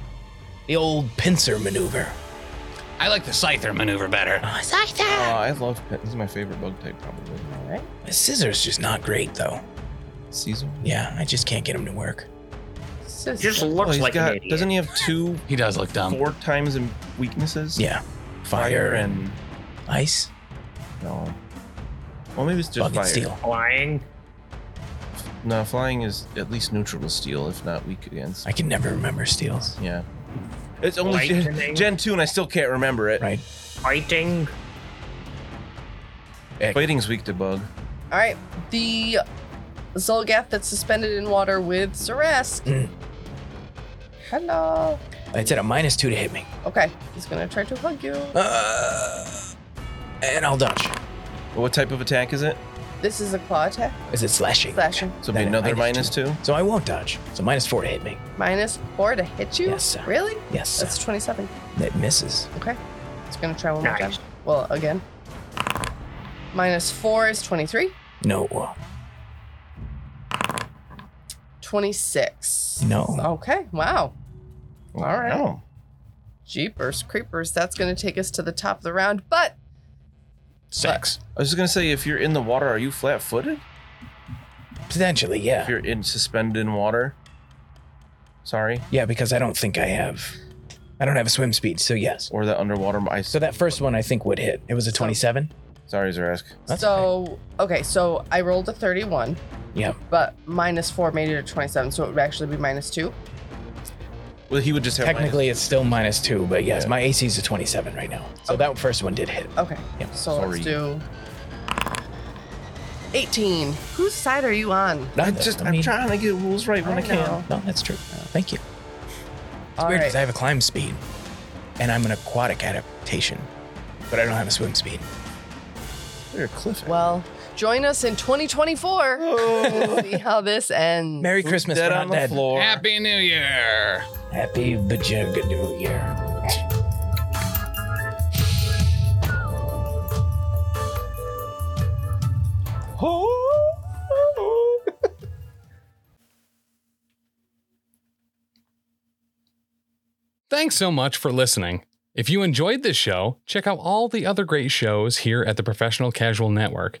[SPEAKER 4] The old pincer maneuver.
[SPEAKER 6] I like the Scyther maneuver better.
[SPEAKER 3] Oh, I love Pit. He's my favorite bug type, probably.
[SPEAKER 4] The scissor's just not great, though.
[SPEAKER 3] Caesar.
[SPEAKER 4] Yeah, I just can't get him to work.
[SPEAKER 5] Just
[SPEAKER 3] Oh,
[SPEAKER 5] looks
[SPEAKER 3] he's
[SPEAKER 5] like
[SPEAKER 3] got.
[SPEAKER 5] an idiot.
[SPEAKER 3] Doesn't he have two,
[SPEAKER 6] He does look
[SPEAKER 2] Um,
[SPEAKER 6] dumb.
[SPEAKER 3] four times in weaknesses?
[SPEAKER 4] Yeah. Fire, and
[SPEAKER 3] and
[SPEAKER 4] ice,
[SPEAKER 3] no. Well, maybe it's just
[SPEAKER 4] bug,
[SPEAKER 3] fire.
[SPEAKER 4] and steel.
[SPEAKER 5] flying?
[SPEAKER 3] No, flying is at least neutral to steel, if not weak against.
[SPEAKER 4] I can never remember steels.
[SPEAKER 3] Yeah. It's only
[SPEAKER 5] Lightning.
[SPEAKER 3] Gen, Gen 2 and I still can't remember it.
[SPEAKER 4] Right.
[SPEAKER 5] Fighting?
[SPEAKER 3] Fighting's weak to bug.
[SPEAKER 1] All right, the Zolgath that's suspended in water with Zeresk.
[SPEAKER 4] Mm.
[SPEAKER 1] Hello.
[SPEAKER 4] It's at a minus two to hit me.
[SPEAKER 1] Okay, he's gonna try to hug you.
[SPEAKER 4] Uh, and I'll dodge.
[SPEAKER 3] Well, what type of attack is it?
[SPEAKER 1] This is a claw attack,
[SPEAKER 4] Is it slashing?
[SPEAKER 1] slashing
[SPEAKER 3] So it'll be
[SPEAKER 4] Then
[SPEAKER 3] another
[SPEAKER 4] minus
[SPEAKER 3] minus two.
[SPEAKER 4] So I won't dodge. So minus four to hit me.
[SPEAKER 1] minus four to hit you.
[SPEAKER 4] Yes, sir.
[SPEAKER 1] Really?
[SPEAKER 4] Yes. sir.
[SPEAKER 1] That's twenty-seven.
[SPEAKER 4] that misses.
[SPEAKER 1] Okay, it's gonna try one more time.
[SPEAKER 5] Nice.
[SPEAKER 1] Well, again. Minus four is twenty-three.
[SPEAKER 4] No. uh,
[SPEAKER 1] Twenty-six.
[SPEAKER 4] No.
[SPEAKER 1] Okay. Wow.
[SPEAKER 3] All
[SPEAKER 1] right.
[SPEAKER 3] Oh.
[SPEAKER 1] Jeepers creepers. That's gonna take us to the top of the round, but
[SPEAKER 6] Six.
[SPEAKER 3] I was just gonna say, if you're in the water, are you flat-footed?
[SPEAKER 4] Potentially,
[SPEAKER 3] If
[SPEAKER 4] yeah.
[SPEAKER 3] you're in suspended in water. Sorry,
[SPEAKER 4] Yeah, because I don't think I have. I don't have a swim speed, so yes.
[SPEAKER 3] or that underwater ice.
[SPEAKER 4] So that first one I think would hit. It was a 27.
[SPEAKER 3] Sorry, Zerask.
[SPEAKER 4] That's
[SPEAKER 1] so okay. So I rolled a thirty-one.
[SPEAKER 4] Yeah.
[SPEAKER 1] but minus four made it a 27, so it would actually be minus two.
[SPEAKER 3] Well, he would just have.
[SPEAKER 4] Technically, it's still minus two, but yes,
[SPEAKER 3] Yeah.
[SPEAKER 4] my AC is a 27 right now. So that first one did hit.
[SPEAKER 1] Okay.
[SPEAKER 4] Yeah,
[SPEAKER 1] so
[SPEAKER 3] sorry.
[SPEAKER 1] let's do 18. Whose side are you on?
[SPEAKER 3] I just, I'm trying to get rules right when I,
[SPEAKER 1] I
[SPEAKER 3] can.
[SPEAKER 1] know.
[SPEAKER 4] No, that's true. Thank you. It's
[SPEAKER 1] All
[SPEAKER 4] weird because
[SPEAKER 1] right.
[SPEAKER 4] I have a climb speed, and I'm an aquatic adaptation, but I don't have a swim speed.
[SPEAKER 3] You're a cliff.
[SPEAKER 1] Well, join us in
[SPEAKER 4] <laughs>
[SPEAKER 1] 2024. We'll see how this ends.
[SPEAKER 4] Merry Christmas,
[SPEAKER 3] Dead
[SPEAKER 4] we're not
[SPEAKER 3] on the
[SPEAKER 4] dead.
[SPEAKER 3] floor.
[SPEAKER 6] Happy New Year.
[SPEAKER 4] Happy Bajuga New Year.
[SPEAKER 2] Thanks so much for listening. If you enjoyed this show, check out all the other great shows here at the Professional Casual Network.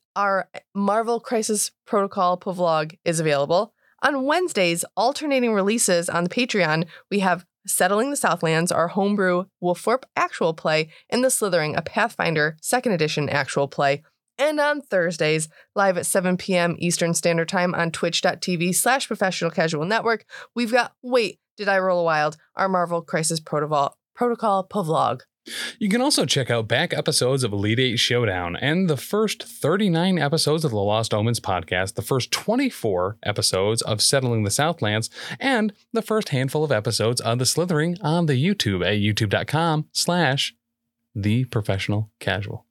[SPEAKER 7] Our Marvel Crisis Protocol Povlog is available. On Wednesdays, alternating releases on the Patreon, we have Settling the Southlands, our homebrew Wolforp actual play, and The Slithering, a Pathfinder second edition actual play. And on Thursdays, live at 7 p.m. Eastern Standard Time on twitch.tv slash professional casual network, we've got Wait, Did I Roll a Wild? Our Marvel Crisis Protocol, Protocol Povlog.
[SPEAKER 2] You can also check out back episodes of Elite Eight Showdown and the first 39 episodes of the Lost Omens podcast, the first 24 episodes of Settling the Southlands, and the first handful of episodes of The Slithering on the YouTube at youtube.com slash the professional casual.